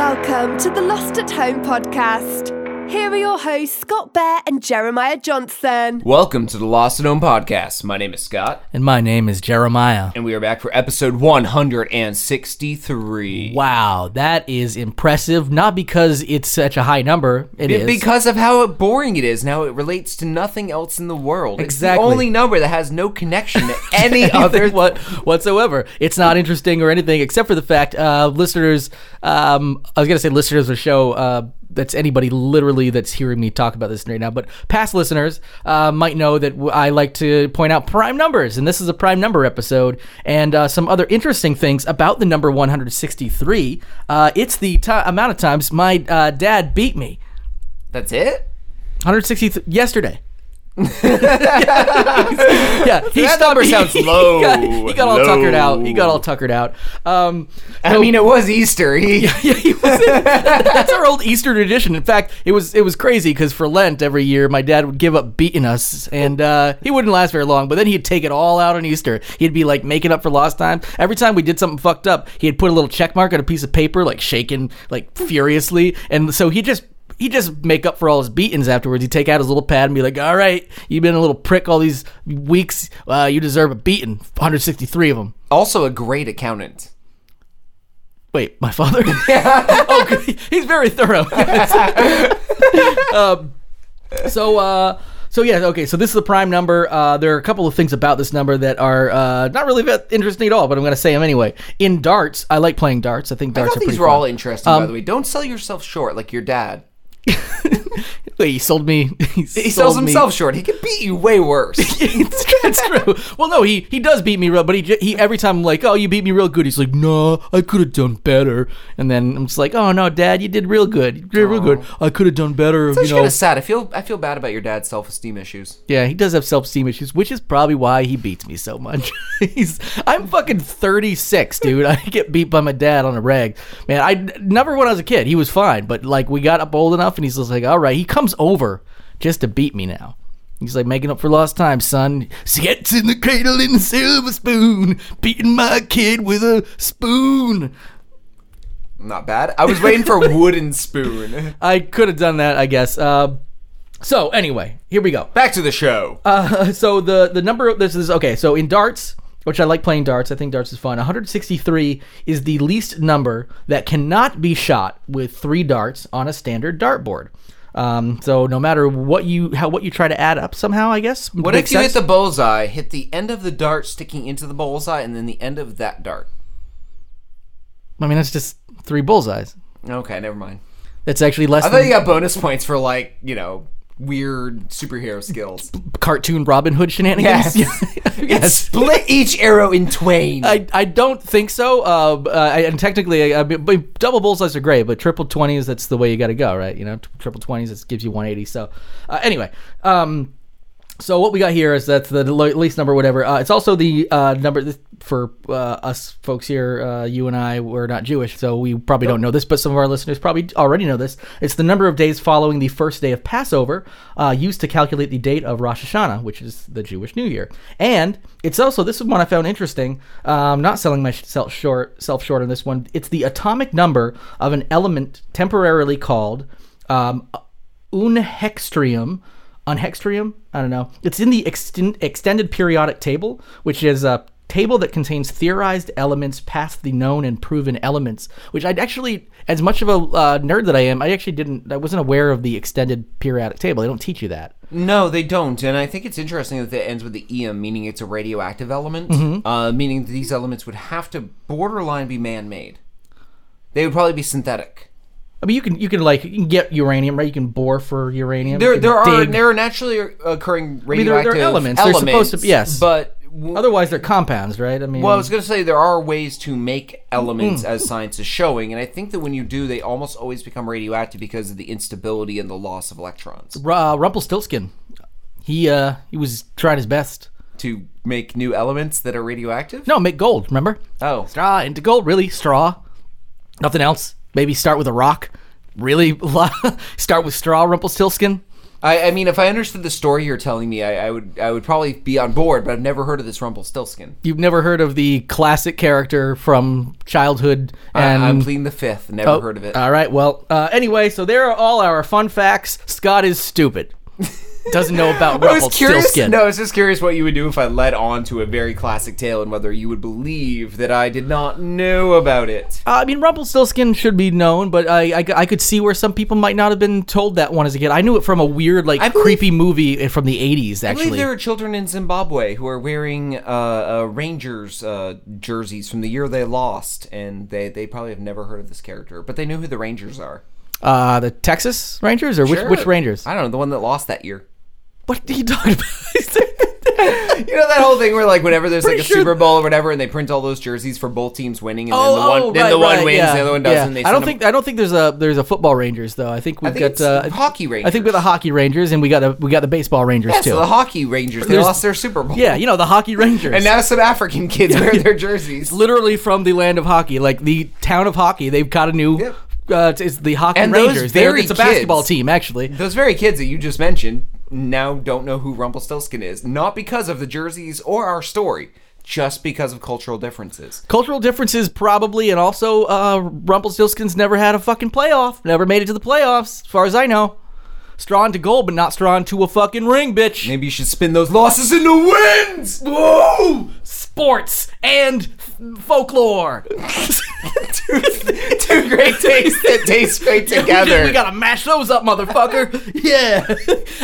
to the Lost at Home podcast. Here are your hosts, Scott Bear and Jeremiah Johnson. Welcome to the Lost and Home podcast. My name is Scott, And my name is Jeremiah. and we are back for episode 163. Wow, that is impressive. Not because it's such a high number. It Be- is. Because of how boring it is now, it relates to nothing else in the world. Exactly. It's the only number that has no connection to any other. what whatsoever. It's not interesting or anything except for the fact uh, listeners. Um, I was gonna say listeners of the show. Uh, that's anybody literally that's hearing me talk about this right now. But past listeners uh, might know that w- I like to point out prime numbers, and this is a prime number episode, and uh, some other interesting things about the number 163. Uh, it's the ti amount of times my uh, dad beat me. That's it? 163 yesterday. yeah, he That number sounds low. He got, he got all Low. tuckered out. He got all tuckered out. Um, I mean, it was Easter. He- yeah, he was. That's our old Easter tradition. In fact, it was it was crazy because for Lent every year, my dad would give up beating us, and uh, he wouldn't last very long. But then he'd take it all out on Easter. He'd be like making up for lost time. Every time we did something fucked up, he'd put a little check mark on a piece of paper, like shaking like furiously, and so he just. He just make up for all his beatings afterwards. He'd take out his little pad and be like, "All right, you've been a little prick all these weeks. Uh, you deserve a beating. 163 of them." also a great accountant. Wait, my father? oh, good. he's very thorough. um, so, uh, so yeah, okay. So this is the prime number. Uh, there are a couple of things about this number that are uh, not really that interesting at all, but I'm going to say them anyway. In darts, I like playing darts. I think I darts thought are pretty these were fun. Um, all interesting, by the way. Don't sell yourself short like your dad. Wait, he sold me. He, He sold sells me- himself short. He could beat you way worse. it's, it's true. Well, no, he he does beat me real, but he j- he every time I'm like, oh, you beat me real good. He's like, no, I could have done better. And then I'm just like, oh no, Dad, you did real good. You did real good. I could have done better. That's you kind know, of sad. I feel I feel bad about your dad's self esteem issues. Yeah, he does have self esteem issues, which is probably why he beats me so much. He's I'm fucking 36, dude. I get beat by my dad on a rag. Man, I never when I was a kid, he was fine, but like we got up old enough and he's just like, "All right, he comes over just to beat me now." He's like making up for lost time, son. Gets in the cradle in the silver spoon, beating my kid with a spoon. Not bad. I was waiting for wooden spoon. I could have done that, I guess. Uh, so anyway, here we go. Back to the show. Uh, so the the number of this is okay. So in darts, which I like playing darts, I think darts is fun. 163 is the least number that cannot be shot with three darts on a standard dartboard. Um, so no matter what you how what you try to add up somehow, I guess. what if you hit the bullseye, hit the end of the dart sticking into the bullseye, and then the end of that dart? the? I mean, that's just three bullseyes. Okay, never mind. That's actually less I thought than you got bonus points for like you know weird superhero skills. cartoon Robin Hood shenanigans. yes. Split each arrow in twain. I, I don't think so. Uh, b- uh, I- and technically, I, I, mean, but double bullseyes are great, but triple twenties that's the way you got to go, right? You know, t- triple twenties it gives you one eighty. So, uh, anyway, um, so what we got here is that's the lo- least number, whatever. Uh, it's also the uh, number th- for uh, us folks here. Uh, you and I we're not Jewish, so we probably don't know this, but some of our listeners probably already know this. It's the number of days following the first day of Passover, uh, used to calculate the date of Rosh Hashanah, which is the Jewish New Year. And it's also this is one I found interesting. Um, not selling myself short, self short on this one. It's the atomic number of an element temporarily called. Um, unhextrium unhextrium i don't know it's in the exten- extended periodic table which is a table that contains theorized elements past the known and proven elements which i'd actually as much of a uh, nerd that i am i actually didn't i wasn't aware of the extended periodic table they don't teach you that No, they don't, and I think it's interesting that it ends with the em, meaning it's a radioactive element, uh, meaning that these elements would have to borderline be man-made. They would probably be synthetic. i mean you can you can like you can get uranium right you can bore for uranium There, you can there are dig. there are naturally occurring mean, radioactive there- there are elements. elements. They're supposed to be- yes. but w- otherwise they're compounds right i mean well, I was going to say there are ways to make elements Mm. as science is showing, and I think that when you do, they almost always become radioactive because of the instability and the loss of electrons Ru- uh, rumpelstiltskin he uh he was trying his best to make new elements that are radioactive. no make gold remember Oh, straw into gold really straw nothing else maybe start with a rock really start with straw rumpelstiltskin I, I mean, if I understood the story you're telling me, I, I would I would probably be on board. But I've never heard of this Rumpelstiltskin. You've never heard of the classic character from childhood and I, I'm pleading the fifth. Never Oh, heard of it. All right. Well, uh, anyway, so there are all our fun facts. Scott is stupid. Doesn't know about I was curious. Rumpelstiltskin. No, I was just curious what you would do if I led on to a very classic tale and whether you would believe that I did not know about it. Uh, I mean, Rumpelstiltskin should be known, but I, I, I could see where some people might not have been told that one as a kid. I knew it from a weird, like, I believe- creepy movie from the 80s, I believe actually. there are children in Zimbabwe who are wearing uh, uh, Rangers uh, jerseys from the year they lost, and they, they probably have never heard of this character, but they knew who the Rangers are. Uh, the Texas Rangers? Or Sure. which, which Rangers? I don't know, the one that lost that year. What are you talking about? You know that whole thing where like whenever there's like Pretty a sure- Super Bowl or whatever, and they print all those jerseys for both teams winning, and then the one then Oh, right, the one right, wins, yeah, the other one yeah. doesn't. and They I send don't them- think I don't think there's a there's a football Rangers though. I think we've think got it's uh, hockey I think we're the Rangers. hockey Rangers and we got a we got the baseball Rangers yeah, too. so the hockey Rangers they There's- lost their Super Bowl. yeah, you know the hockey Rangers. and now some African kids wear their jerseys. literally from the land of hockey, like the town of hockey. They've got a new. Yep. Uh, it's- it's the Hockey And those Rangers. They're- very it's a basketball kids- team, actually. Those very kids that you just mentioned now don't know who Rumpelstiltskin is, not because of the jerseys or our story, just because of cultural differences. Cultural differences, probably, and also uh, Rumpelstiltskin's never had a fucking playoff. Never made it to the playoffs, as far as I know. Strawn to gold, but not strawn to a fucking ring, bitch. Maybe you should spin those losses into wins. Whoa! Sports and f- folklore. Two great tastes that taste great together. we gotta mash those up, motherfucker. yeah.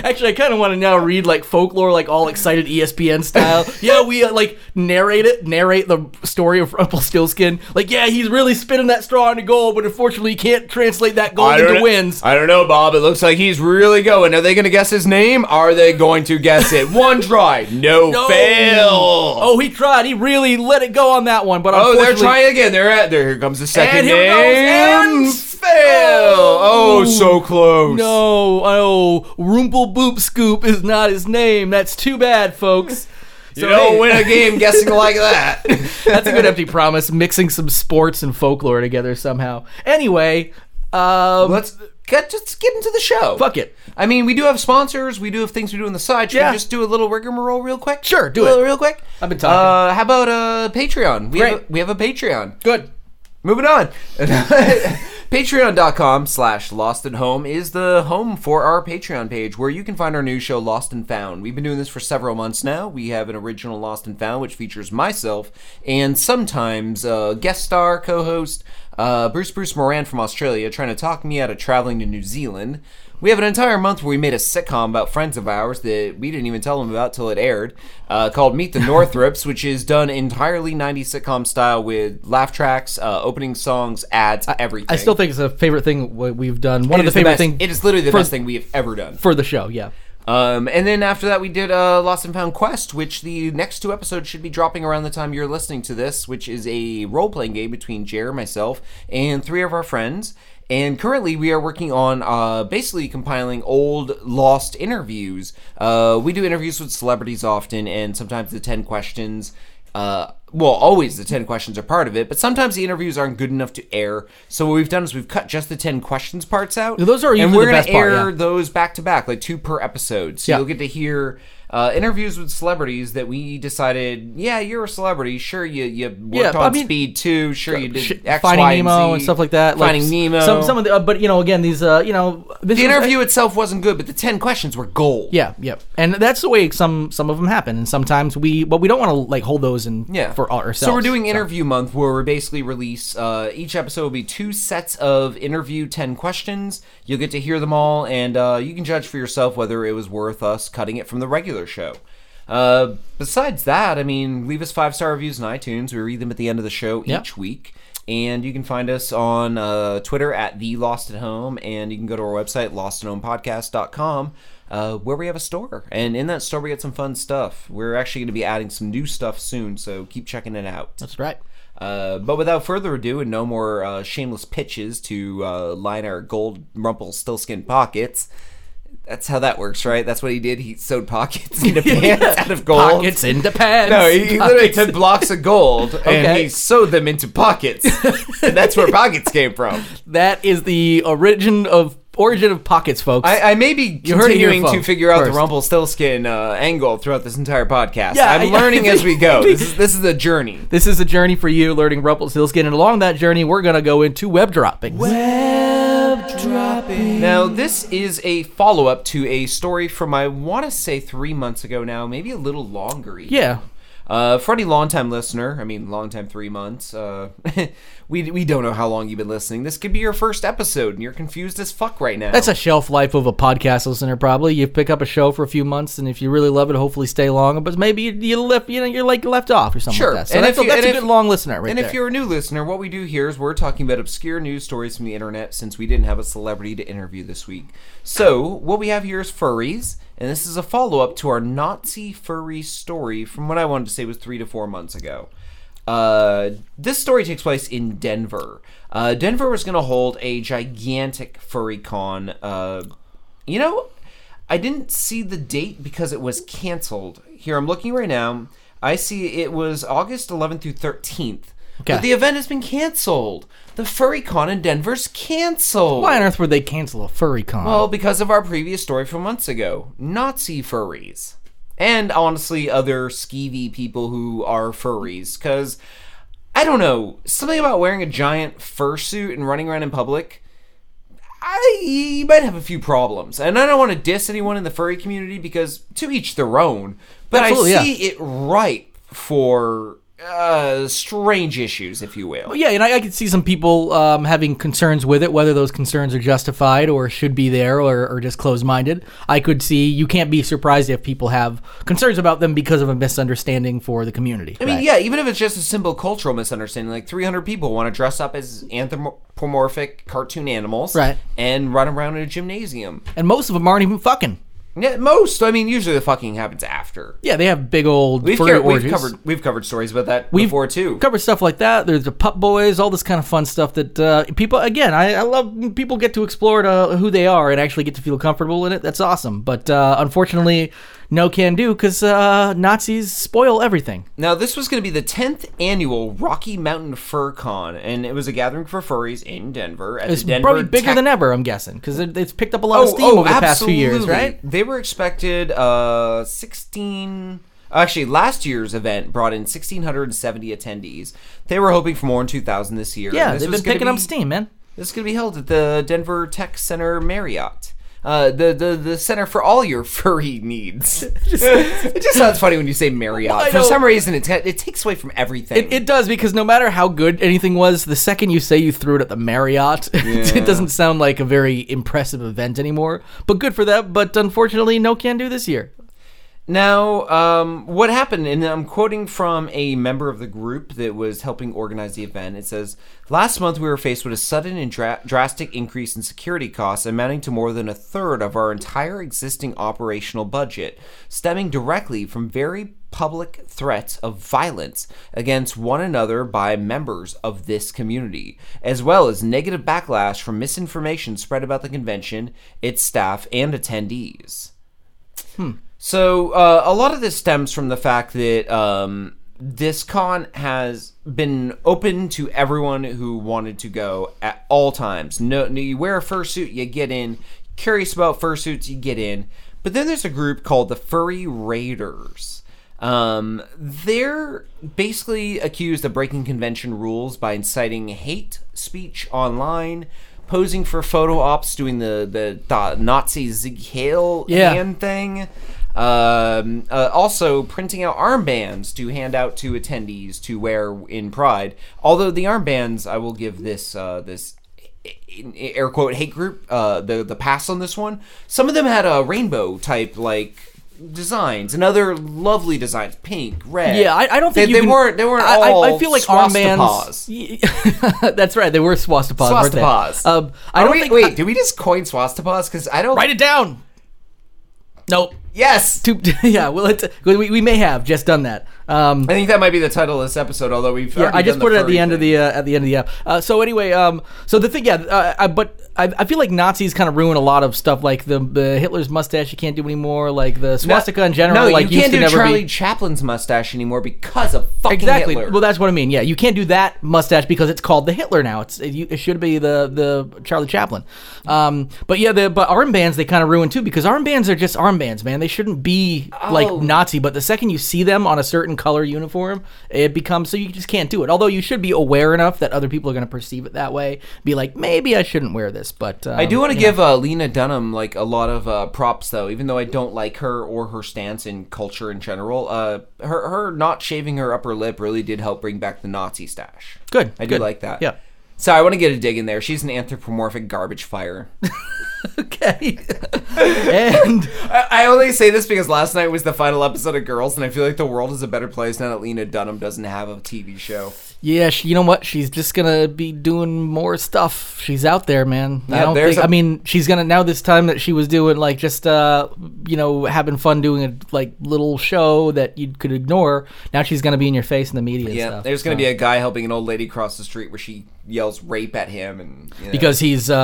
Actually, I kind of want to now read like folklore, like all excited E ESPN style. yeah, we uh, like narrate it, narrate the story of Rumpelstiltskin. Like, yeah, he's really spinning that straw into gold, but unfortunately, he can't translate that gold into wins. I don't know, Bob. It looks like he's really going. Are they going to guess his name? Are they going to guess it? One try, no, No. fail. Oh, he tried. He really let it go on that one, but Oh, they're unfortunately- trying again. They're at there. Here comes the second And here it name. goes, and- fail. Oh. Oh, so close. No, oh, Rumpel Boop Scoop is not his name. That's too bad, folks. You So, don't hey. win a game guessing like that. That's a good empty promise. Mixing some sports and folklore together somehow. Anyway, um, Let's get just get into the show. fuck it. I mean, we do have sponsors. We do have things we do on the side. Should Yeah. we just do a little rigmarole real quick? Sure, do Real- it. real quick. I've been talking. Uh, how about uh, Patreon? We Have Great. a, we have a Patreon. Good. Moving on. Patreon.com slash Lost at Home is the home for our Patreon page where you can find our new show Lost and Found. We've been doing this for several months now. We have an original Lost and Found which features myself and sometimes uh, guest star co host uh, Bruce Bruce Moran from Australia trying to talk me out of traveling to New Zealand. We have an entire month where we made a sitcom about friends of ours that we didn't even tell them about till it aired, uh, called Meet the Northrips, which is done entirely 90s sitcom style with laugh tracks, uh, opening songs, ads, everything. I still think it's a favorite thing wh- we've done. One It of the is the favorite best- things It is literally the for- best thing we have ever done. for the show. Yeah. Um, and then after that, we did uh, Lost and Found Quest, which the next two episodes should be dropping around the time you're listening to this, which is a role playing game between Jer, myself, and three of our friends. And currently, we are working on uh, basically compiling old lost interviews. Uh, we do interviews with celebrities often, and sometimes the 10 questions uh, well, always the 10 questions are part of it, but sometimes the interviews aren't good enough to air. So what we've done is we've cut just the 10 questions parts out. Those are and usually we're the gonna best part, air yeah. those back to back, like two per episode. So Yeah. you'll get to hear uh, interviews with celebrities that we decided, yeah, you're a celebrity. Sure, you you worked Yeah, on I mean- Speed 2. Sure, you Sh- did X, Finding Y, Nemo Z. and stuff like that. like Finding s- Nemo. Some, some of the, uh, but you know, again, these, uh, you know, this the was- interview itself wasn't good, but the 10 questions were gold. Yeah, yeah, and that's the way some some of them happen, and sometimes we, but we don't want to like hold those in yeah. for ourselves. So we're doing interview month where we basically release uh, each episode will be two sets of interview ten questions. You'll get to hear them all, and uh, you can judge for yourself whether it was worth us cutting it from the regular show. Uh, besides that, I mean, leave us five star reviews on iTunes. We read them at the end of the show Yeah. each week. And you can find us on uh, Twitter at the Lost at Home, and you can go to our website lostathomepodcast.com, uh, where we have a store. And in that store, we got some fun stuff. We're actually going to be adding some new stuff soon, so keep checking it out. That's right. Uh, but without further ado, and no more uh, shameless pitches to uh, line our gold rumple stillskin pockets. That's how that works, right? That's what he did. He sewed pockets into pants out of gold. Pockets in the pants. No, he, he literally took blocks of gold and Okay. he sewed them into pockets, and that's where pockets came from. That is the origin of origin of pockets, folks. I, I may be You heard it here, continuing to folks, figure out the first. Rumpelstiltskin uh, angle throughout this entire podcast. Yeah, I'm I- learning as we go. This is this is a journey. this is a journey for you, learning Rumpelstiltskin, and along that journey, we're gonna go into web droppings. Now, this is a follow up to a story from, I want to say, three months ago now, maybe a little longer. Even. Yeah. Uh, for any longtime listener, I mean, longtime three months, uh, we, we don't know how long you've been listening. This could be your first episode, and you're confused as fuck right now. That's a shelf life of a podcast listener, probably. You pick up a show for a few months, and if you really love it, hopefully stay long. But maybe you, you left, you know, you're like left off or something Sure. like that. So And that's, if you- a, that's and a if- good long listener, right and there. if you're a new listener, what we do here is we're talking about obscure news stories from the internet since we didn't have a celebrity to interview this week. So, what we have here is furries, and this is a follow up to our Nazi furry story from what I wanted to say was three to four months ago. Uh, this story takes place in Denver. Uh, Denver was going to hold a gigantic furry con. Uh, you know, I didn't see the date because it was canceled. Here, I'm looking right now. I see it was August 11th through 13th. Okay. But the event has been canceled. The furry con in Denver's canceled. Why on earth would they cancel a furry con? Well, because of our previous story from months ago Nazi furries. And honestly, other skeevy people who are furries. Because, I don't know, something about wearing a giant fursuit and running around in public. I, you might have a few problems. And I don't want to diss anyone in the furry community because to each their own. But Absolutely, I yeah. see it ripe for uh, strange issues, if you will. yeah, and I, I could see some people um, having concerns with it, whether those concerns are justified or should be there or, or just closed minded. I could see you can't be surprised if people have concerns about them because of a misunderstanding for the community. I mean, yeah, even if it's just a simple cultural misunderstanding, like 300 people want to dress up as anthropomorphic cartoon animals Right. and run around in a gymnasium. And most of them aren't even fucking. Yeah, most, I mean, usually the fucking happens after. Yeah, they have big old We've, furry ca- we've orgies. covered we've covered stories about that before too. Cover stuff like that. There's the Pup Boys, all this kind of fun stuff that uh, people. Again, I, I love when people get to explore uh who they are and actually get to feel comfortable in it. That's awesome. But uh, unfortunately, no can do because uh, Nazis spoil everything. Now, this was going to be the 10th annual Rocky Mountain Fur Con, and it was a gathering for furries in Denver at It's the Denver probably bigger Tech- than ever. I'm guessing because it's picked up a lot of steam over the past few years, Oh, absolutely. right? They were expected uh 16 actually last year's event brought in 1670 attendees. They were hoping for more in 2000 this year. Yeah, and this they've was been gonna picking up be- steam, man. This is going to be held at the Denver Tech Center Marriott. Uh, the, the the center for all your furry needs. it just sounds funny when you say Marriott. I for know. some reason, it, it takes away from everything. It, it does because no matter how good anything was, the second you say you threw it at the Marriott, it doesn't sound like a very impressive event anymore. But good for that. But unfortunately, no can do this year. Now, um, what happened, and I'm quoting from a member of the group that was helping organize the event. It says, Last month we were faced with a sudden and dra- drastic increase in security costs, amounting to more than a third of our entire existing operational budget, stemming directly from very public threats of violence against one another by members of this community, as well as negative backlash from misinformation spread about the convention, its staff, and attendees. So uh, a lot of this stems from the fact that um, this con has been open to everyone who wanted to go at all times. No, no you wear a fursuit, you get in. Curious about fursuits, you get in. But then there's a group called the Furry Raiders. Um, they're basically accused of breaking convention rules by inciting hate speech online, posing for photo ops, doing the the, the Nazi Zig Heil Yeah. hand thing. Um, uh, also, printing out armbands to hand out to attendees to wear in Pride. Although the armbands, I will give this uh, this in- in- air quote hate group uh, the the pass on this one. Some of them had a rainbow type like designs and other lovely designs, pink, red. Yeah, I, I don't think they, you they can- weren't they weren't I, I- all. I feel like swastipas. armbands. that's right. They were swastipas. weren't they? Swastipas. Um, I Are don't we- think. wait, I- did we just coin swastipas? Because I don't. write it down. Nope. Yes. Too, yeah. Well, it's, we, we may have just done that. Um, I think that might be the title of this episode. Although we've Yeah, already I just done put it at the furry end of thing. the uh, at the end of the app. Uh, so anyway, um, so the thing, yeah, uh, I, but I, I feel like Nazis kind of ruin a lot of stuff, like the, the Hitler's mustache you can't do anymore, like the swastika in general. No, like you can't used to do never Charlie be, Chaplin's mustache anymore because of fucking exactly. Hitler. Well, that's what I mean. Yeah, you can't do that mustache because it's called the Hitler now. It's it, you- it should be the the Charlie Chaplin. Um, but yeah, the but armbands they kind of ruin too because armbands are just armbands, man. They shouldn't be like Oh. Nazi. But the second you see them on a certain color uniform, it becomes so you just can't do it. Although you should be aware enough that other people are going to perceive it that way. Be like, maybe I shouldn't wear this. But um, I do want to give uh, Lena Dunham like a lot of uh, props though, even though I don't like her or her stance in culture in general. Uh, her her not shaving her upper lip really did help bring back the Nazi stash. Good, I good. do like that. Yeah. So I want to get a dig in there. She's an anthropomorphic garbage fire. okay. um, and I, I only say this because last night was the final episode of Girls, and I feel like the world is a better place now that Lena Dunham doesn't have a TV show. Yeah, she, you know what? She's just gonna be doing more stuff. She's out there, man. I Yeah, don't there's think. a- I mean, she's gonna now. This time that she was doing like just uh, you know, having fun doing a like little show that you could ignore. Now she's gonna be in your face in the media. and Yeah, stuff, there's going so. to be a guy helping an old lady cross the street where she yells rape at him and you know, because he's uh,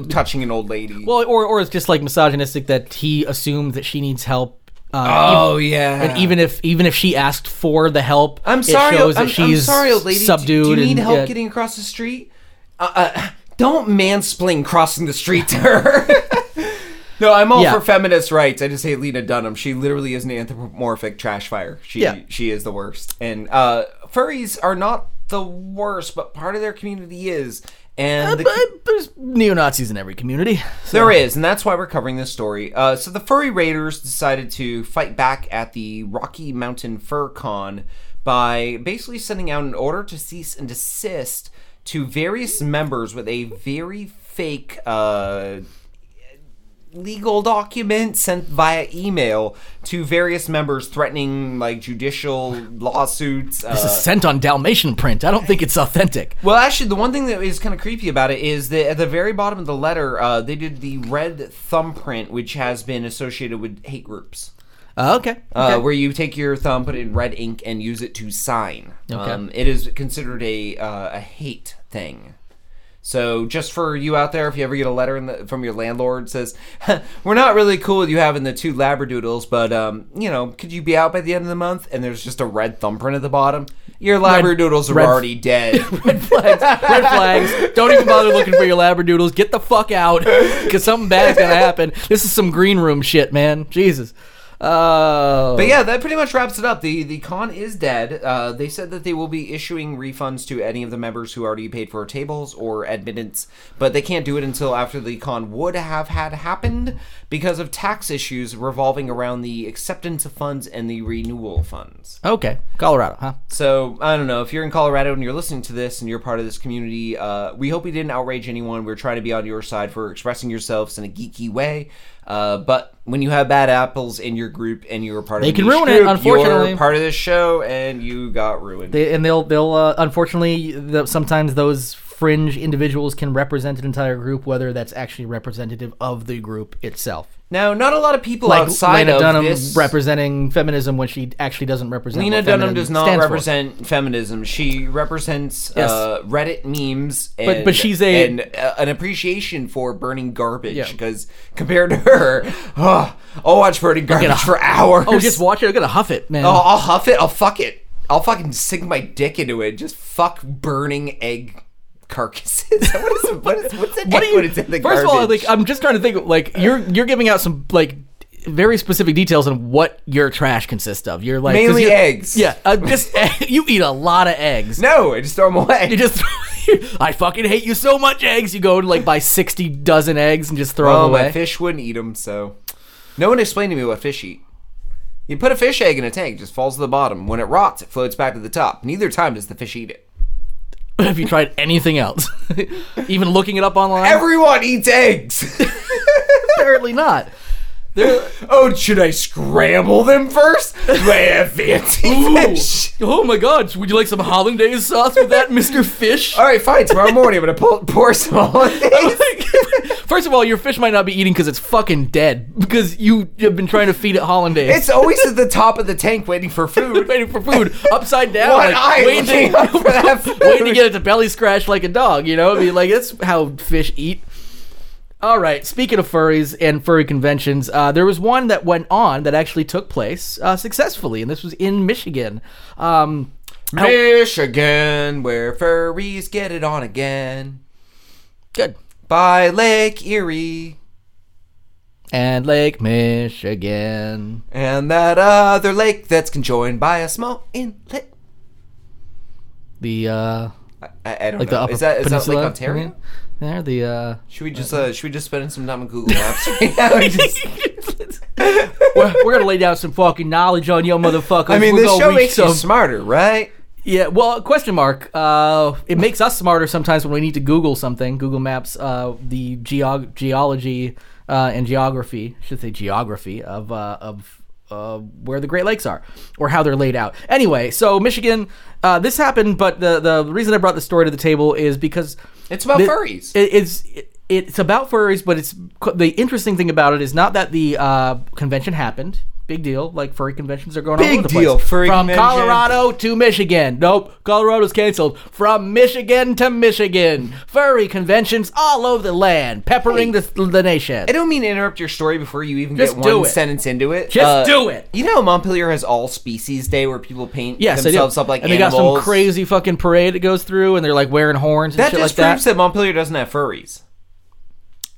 uh, touching an old lady. well, or or it's just like misogynistic that he assumes that she needs help. Uh, oh yeah, And even if even if she asked for the help, I'm it sorry. shows I'm, that she's I'm sorry, old lady. Do- subdued. Do, you need and, help yeah. getting across the street? Uh, uh, don't mansplain crossing the street to her. no, I'm all Yeah. for feminist rights. I just hate Lena Dunham. She literally is an anthropomorphic trash fire. She Yeah. she is the worst. And uh, furries are not the worst, but part of their community is. And the- Uh, But there's neo Nazis in every community. there is, and that's why we're covering this story. Uh, so the furry raiders decided to fight back at the Rocky Mountain Fur Con by basically sending out an order to cease and desist to various members with a very fake uh, legal document sent via email to various members threatening like judicial lawsuits. Uh, This is sent on Dalmatian print. I don't think it's authentic. Well, actually, the one thing that is kind of creepy about it is that at the very bottom of the letter, uh, they did the red thumbprint, which has been associated with hate groups, Uh, okay. uh, okay. where you take your thumb, put it in red ink, and use it to sign. Okay. Um, it is considered a uh, a hate thing. So, just for you out there, if you ever get a letter in the, from your landlord that says, "Huh, "We're not really cool with you having the two labradoodles, but um, you know, could you be out by the end of the month?" and there's just a red thumbprint at the bottom, your labradoodles are red- already dead. Flags, red flags. Don't even bother looking for your labradoodles. Get the fuck out, because something bad's gonna happen. This is some green room shit, man. Jesus. Oh. But yeah, that pretty much wraps it up. The the con is dead. Uh, they said that they will be issuing refunds to any of the members who already paid for tables or admittance, but they can't do it until after the con would have had happened because of tax issues revolving around the acceptance of funds and the renewal funds. Okay. Colorado, huh? So I don't know if you're in Colorado and you're listening to this and you're part of this community. Uh, we hope we didn't outrage anyone. We're trying to be on your side for expressing yourselves in a geeky way. Uh, but when you have bad apples in your group and you're a part They of a can niche ruin it, group, unfortunately. you're part of this show and you got ruined. They, and they'll they'll uh, unfortunately the, sometimes those fringe individuals can represent an entire group, whether that's actually representative of the group itself. now, not a lot of people Like outside Lena of Dunham this. representing feminism when she actually doesn't represent. Lena what Dunham feminism does not stands for. represent feminism. She represents Yes. uh, Reddit memes, and, but she's a- and, uh, an appreciation for burning Yeah. garbage. Because compared to her, oh, I'll watch burning garbage a- for hours. Oh, just Oh, watch it. I'm gonna huff it, man. I'll, I'll huff it. I'll fuck it. I'll fucking sink my dick into it. Just fuck burning egg carcasses. what is what is what's an egg what do you? when it's in the garbage? first of all, like I'm just trying to think. Like you're you're giving out some like very specific details on what your trash consists of. You're like 'cause Mainly you- eggs. Yeah, uh, just you eat a lot of eggs. no, I just throw them away. You just I fucking hate you so much eggs. You go to like buy sixty dozen eggs and just throw Oh, them away. my fish wouldn't eat them, so no one explained to me what fish eat. You put a fish egg in a tank, it just falls to the bottom. When it rots, it floats back to the top. Neither time does the fish eat it. Have you tried anything else? Even looking it up online? Everyone eats eggs. Apparently not. oh, should I scramble them first? Do I have fancy fish? Oh my god, would you like some hollandaise sauce with that, Mr. Fish? All right, fine. Tomorrow morning, I'm gonna pull, pour some hollandaise. First of all, your fish might not be eating because it's fucking dead because you have been trying to feed it hollandaise. It's always at the top of the tank, waiting for food. waiting for food upside down, One like, eye waiting, looking to, up for that waiting to food. get it to belly scratch like a dog. You know, I mean, like that's how fish eat. All right. Speaking of furries and furry conventions, uh, there was one that went on that actually took place uh, successfully, and this was in Michigan. Um, Michigan, where furries get it on again. good. By Lake Erie And Lake Michigan. and that other lake that's conjoined by a small inlet. The uh, I, I I don't like know. the upper is that is that peninsula. Mm-hmm. Lake I Ontario? mean? There, the uh, Should we just uh, should we just spend some time on Google Maps right now? and just- we're, we're gonna lay down some fucking knowledge on you, motherfuckers. I mean, We're this gonna show reach makes you some- smarter, right? Yeah, well, question mark. Uh, it makes us smarter sometimes when we need to Google something. Google Maps, uh, the geog- geology uh, and geography, I should say geography of uh, of uh, where the Great Lakes are or how they're laid out. Anyway, so Michigan, uh, this happened, but the the reason I brought the story to the table is because It's about the- furries. it- it's it, it's about furries, but it's the interesting thing about it is not that the uh, convention happened. Big deal, like furry conventions are going all Big over the deal, place. furry From convention. Colorado to Michigan. Nope, Colorado's canceled. From Michigan to Michigan, furry conventions all over the land, peppering the, the nation. I don't mean to interrupt your story before you even Just get do one it. sentence into it. Just do it. You know, how Montpelier has All Species Day where people paint Yes, they do. themselves up like and animals. they got some crazy fucking parade that goes through, and they're like wearing horns and That shit just like proves that. Montpelier doesn't have furries.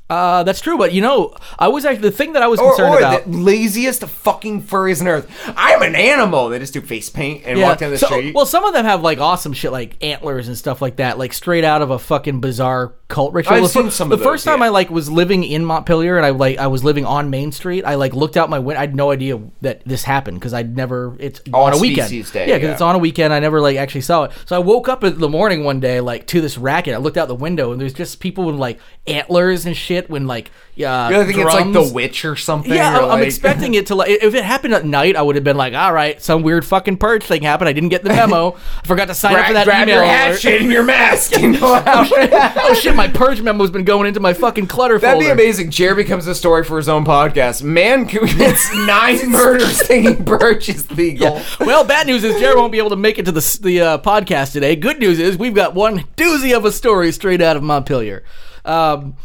Uh, that's true, but you know, I was actually the thing that I was Or, concerned or about. the laziest fucking furries on earth. I'm an animal. They just do face paint and walk down the so- street. Well, some of them have like awesome shit, like antlers and stuff like that, like straight out of a fucking bizarre cult ritual. I've the seen some The of those, first time yeah. I like was living in Montpelier, and I like I was living on Main Street. I like looked out my window. I had no idea that this happened because I'd never. It's on a Oh, weekend. Species Day, yeah, because yeah. it's on a weekend. I never like actually saw it. So I woke up in the morning one day, like to this racket. I looked out the window, and there's just people with like antlers and shit. When like yeah, you know, I think it's like drums. The Witch or something. Yeah, or I'm, I'm like- expecting it to like. If it happened at night, I would have been like, "All right, some weird fucking purge thing happened. I didn't get the memo. I forgot to sign up grab, for that grab email." your alert." hatchet and your mask and go out. oh shit, my purge memo's been going into my fucking clutter That'd folder. be amazing. Jerry becomes a story for his own podcast. Man commits nine murders thinking birch is legal. Well, bad news is Jared won't be able to make it to the s- the uh, podcast today. Good news is we've got one doozy of a story straight out of Montpelier. Um,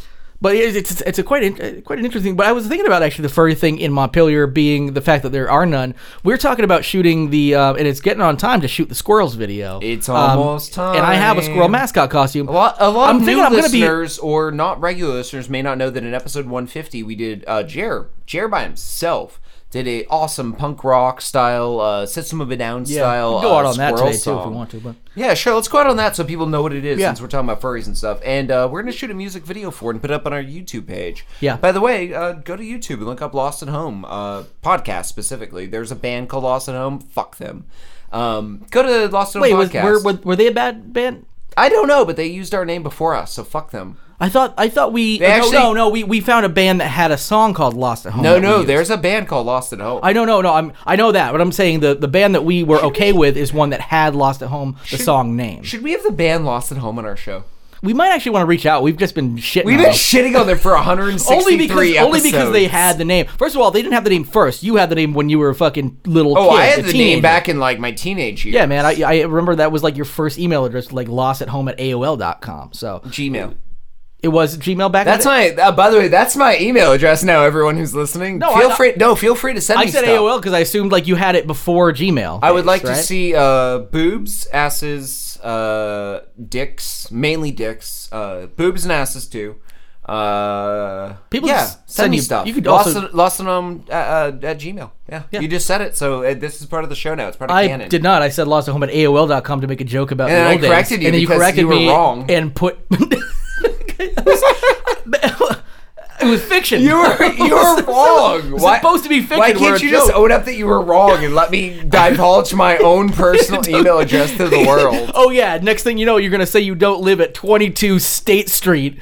but it- it's it's, it's a quite in, uh, quite an interesting. But I was thinking about actually the furry thing in Montpelier being the fact that there are none. We're talking about shooting the uh, and it's getting on time to shoot the squirrels video. It's Um, almost and I have a time. squirrel mascot costume. A lot, a lot I'm of thinking new I'm gonna be- listeners or not regular listeners may not know that in episode 150 we did uh, Jer Jer by himself did a awesome punk rock style uh, System of a Down style we'll go uh, out on that squirrel today too if song. we want to. But Yeah, sure. Let's go out on that so people know what it is Yeah. since we're talking about furries and stuff. And uh, we're gonna shoot a music video for it and put it up on our YouTube page. Yeah. By the way, uh, go to YouTube and look up Lost at Home uh, podcast specifically. There's a band called Lost at Home. Fuck them. Um, go to Lost at wait, Home was, podcast. were, were were they a bad band? I don't know, but they used our name before us, so fuck them. I thought I thought we no, actually- no no we, we found a band that had a song called Lost at Home. No, that we no, used. there's a band called Lost at Home. I don't know no I'm I know that, but I'm saying the, the band that we were okay with is one that had Lost at Home the song name. Should we have the band Lost at Home on our show? we might actually want to reach out. We've just been shitting. We've on been them. shitting on them for 163 only because episodes. only because they had the name. First of all, they didn't have the name first. You had the name when you were a fucking little. Oh, kid, I a had the teenager. name back in like my teenage years. Yeah, man. I, I remember that was like your first email address, like lost at home at AOL.com. So Gmail. it was Gmail back. That's then? my. Uh, by the way, that's my email address now. Everyone who's listening, No, feel I- free. No, feel free to send I me said stuff. AOL because I assumed like you had it before Gmail. I would like to right? see uh, boobs, asses, uh, dicks, mainly dicks, uh, boobs and asses too. Uh, People yeah, just send, send me you- stuff. you could lost also- in- lost in, um, uh, uh, at Gmail. Yeah. you just said it, so uh, this is part of the show now. It's part of I canon. did not. I said lost at home at AOL.com to make a joke about And the I old days. corrected you and then you because corrected you were me wrong. and put. it was fiction. You were you were wrong. It's Why- supposed to be fiction. Why we're a can't you just joke. own up that you were wrong and let me divulge my own personal email address to the world? Oh yeah. Next thing you know, you're gonna say you don't live at 22 State Street.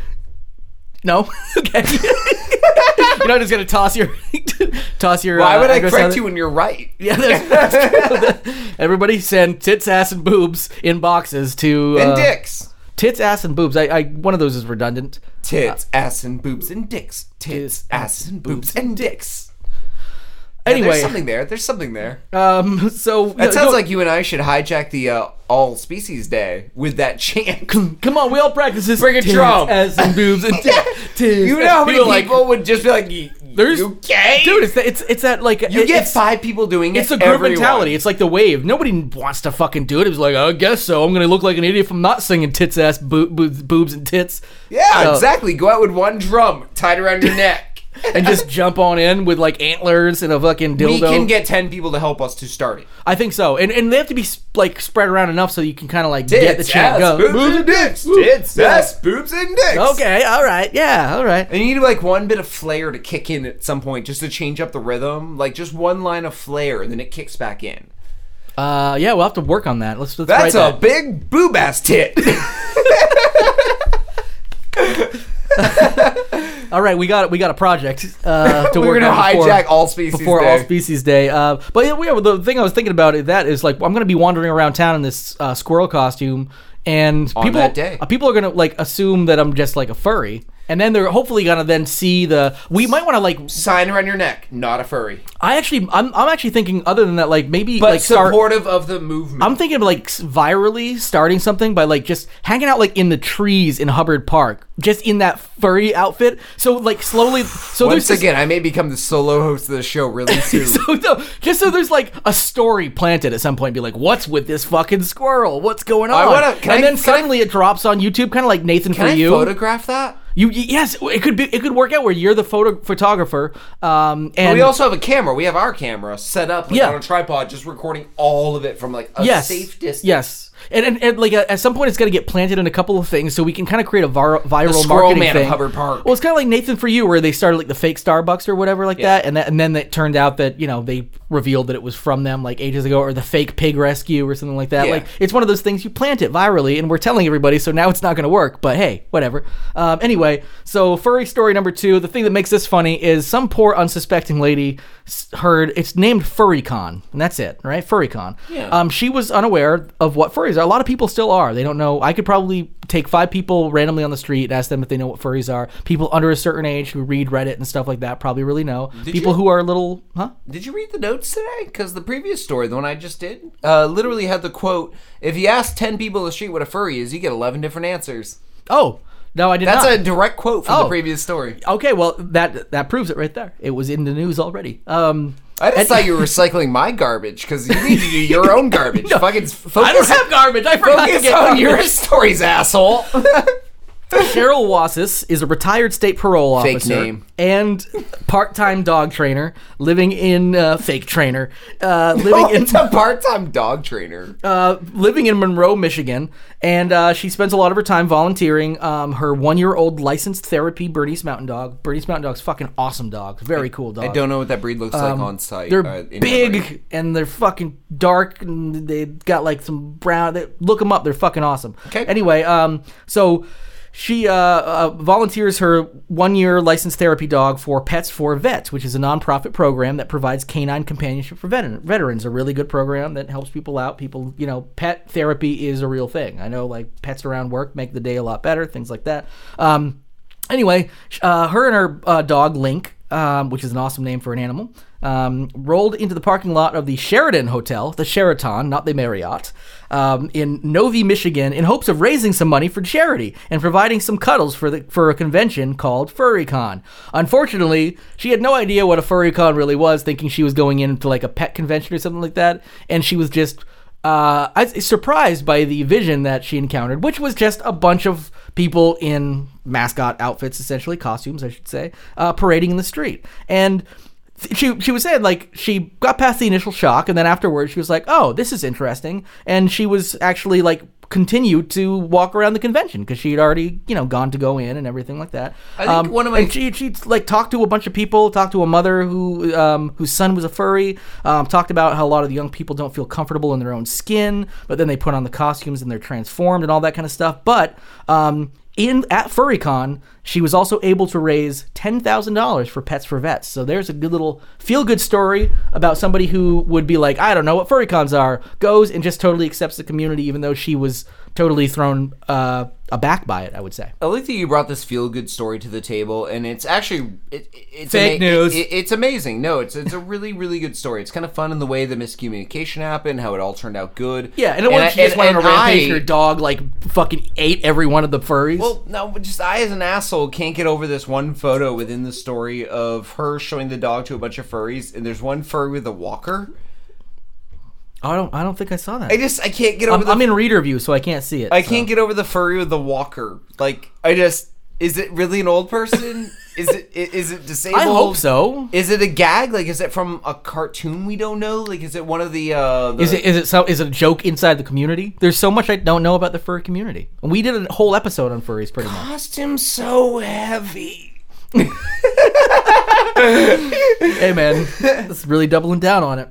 No. okay. you're not just gonna toss your toss your. Why uh, would I address out correct there? you when you're right? Yeah, there's- everybody send tits, ass, and boobs in boxes to And uh, dicks. Tits, ass, and boobs. I, I one of those is redundant. uh, Tits, ass, and boobs and dicks. Tits, ass, and boobs and dicks. Anyway, there's something there. There's something there. um, so That sounds like you and I should hijack the uh, All Species Day with that chant. Come on, we all practice this. Bring it Tits, drum. ass, and boobs, and tits, tits. You know how many People are people would just be like, "Y- There's- "You okay, like, dude? It's that. It's it's that like You it- get it's, five people doing it. It's a group everyone. mentality. It's like the wave. Nobody wants to fucking do it. It was like, I guess so. I'm gonna look like an idiot if I'm not singing tits, ass, boo- boo- boobs, and tits. yeah, So- exactly. Go out with one drum tied around your neck. and just jump on in with like antlers and a fucking dildo. we can get ten people to help us to start it. I think so, and and they have to be sp- like spread around enough so you can kind of like get the Tits, ass, chant going. boobs, and dicks. Tits, ass, boobs, and dicks. Okay, all right, yeah, all right. And you need like one bit of flair to kick in at some point, just to change up the rhythm. Like just one line of flair, and then it kicks back in. Uh, yeah, we'll have to work on that. Let's let's That's a write that. big boob ass tit. All right, we got we got a project uh, to We're work gonna on before- hijack all species before day. all species day. Uh, but yeah, well, the thing I was thinking about it, that is like I'm gonna be wandering around town in this uh, squirrel costume, and people that day. uh, people are gonna like assume that I'm just like a furry, and then they're hopefully gonna then see the we might want to like Sign around your neck, not a furry, I actually I'm I'm actually thinking other than that like maybe but like start. supportive of the movement. I'm thinking of like s- virally starting something by like just hanging out like in the trees in Hubbard Park, just in that furry outfit. So like slowly, so Once there's this- again, I may become the solo host of the show really soon. so no, just so there's like a story planted at some point. Be like, what's with this fucking squirrel? What's going on? I wanna- can and I- then can I- suddenly it drops on YouTube, kind of like Nathan Can for I you. photograph that? you y- yes, it could be. It could work out where you're the photo photographer. Um, and we also have a camera. We have our camera set up like, Yeah. on a tripod, just recording all of it from like a yes, safe distance. yes. And, and, and like uh, at some point, it's got to get planted in a couple of things, so we can kind of create a vir- viral squirrel marketing man of thing. Hubbard Park. Well, it's kind of like Nathan for you, where they started like the fake Starbucks or whatever like that, and that, and then it turned out that you know they revealed that it was from them like ages ago, or the fake pig rescue or something like that. Yeah. Like it's one of those things you plant it virally, and we're telling everybody, so now it's not going to work. But hey, whatever. Um, anyway, so furry story number two. The thing that makes this funny is some poor unsuspecting lady s- heard it's named FurryCon, and that's it, right? FurryCon. Yeah. Um, she was unaware of what furries are. A lot of people still are. They don't know. I could probably take five people randomly on the street and ask them if they know what furries are. People under a certain age who read Reddit and stuff like that probably really know. people you- who are a little, huh? Did you read the notes today? Because the previous story, the one I just did, uh, literally had the quote: "If you ask ten people in the street what a furry is, you get eleven different answers." Oh, no, I did That's not. a direct quote from Oh. the previous story. Okay, well that that proves it right there. It was in the news already. Um, I just thought you were recycling my garbage because you need to do your own garbage. Fucking focus, I don't have garbage. I forgot to focus get on garbage. your stories, asshole. Cheryl Wassis is a retired state parole Fake officer name. and part-time dog trainer, living in uh, fake trainer, uh, living oh, in it's a part-time dog trainer. uh, living in Monroe, Michigan, and uh, she spends a lot of her time volunteering. Um, her one-year-old licensed therapy Bernese Mountain Dog. Bernese Mountain Dog's fucking awesome dog. Very cool dog. I don't know what that breed looks like on site. Um, They're uh, in big memory. and they're fucking dark and they got like some brown. They, look them up; they're fucking awesome. Okay. Anyway, um, so she uh, uh, volunteers her one-year licensed therapy dog for Pets for Vets, which is a nonprofit program that provides canine companionship for veteran, veterans. A really good program that helps people out. People, you know, pet therapy is a real thing. I know, like pets around work make the day a lot better. Things like that. Um, Anyway, sh- uh, her and her uh, dog Link, um, which is an awesome name for an animal, um, rolled into the parking lot of the Sheridan Hotel, the Sheraton, not the Marriott, um, in Novi, Michigan, in hopes of raising some money for charity and providing some cuddles for the for a convention called FurryCon. Unfortunately, she had no idea what a FurryCon really was, thinking she was going into like a pet convention or something like that, and she was just uh, I was surprised by the vision that she encountered, which was just a bunch of people in mascot outfits, essentially costumes, I should say, uh, parading in the street. And th- she she was saying like she got past the initial shock, and then afterwards she was like, "Oh, this is interesting," and she was actually like continued to walk around the convention because she had already you know gone to go in and everything like that. I think one of my- Um, and she she like talked to a bunch of people, talked to a mother who um, whose son was a furry, um, talked about how a lot of the young people don't feel comfortable in their own skin, but then they put on the costumes and they're transformed and all that kind of stuff. But um, in at FurryCon, she was also able to raise ten thousand dollars for Pets for Vets. So there's a good little feel good story about somebody who would be like, I don't know what furry cons are, goes and just totally accepts the community, even though she was totally thrown uh, aback by it. I would say. I like that you brought this feel good story to the table, and it's actually it, it's Fake news. it- it's amazing. No, it's it's a really really good story. It's kind of fun in the way the miscommunication happened, how it all turned out good. Yeah, and it wasn't I- she just went on a and I- rampage. and Her dog like fucking ate every one of the furries. Well, no, but just I as an asshole can't get over this one photo within the story of her showing the dog to a bunch of furries, and there's one furry with a walker. I don't. I don't think I saw that. I just I can't get over. I'm, the, I'm in reader view, so I can't see it. I so. can't get over the furry with the walker. Like I just is it really an old person? is it i- is it disabled? I hope so. Is it a gag? Like is it from a cartoon we don't know? Like is it one of the uh the, Is it is it so is it a joke inside the community? There's so much I don't know about the furry community. And we did a whole episode on furries pretty much. costume so heavy? hey man, it's really doubling down on it.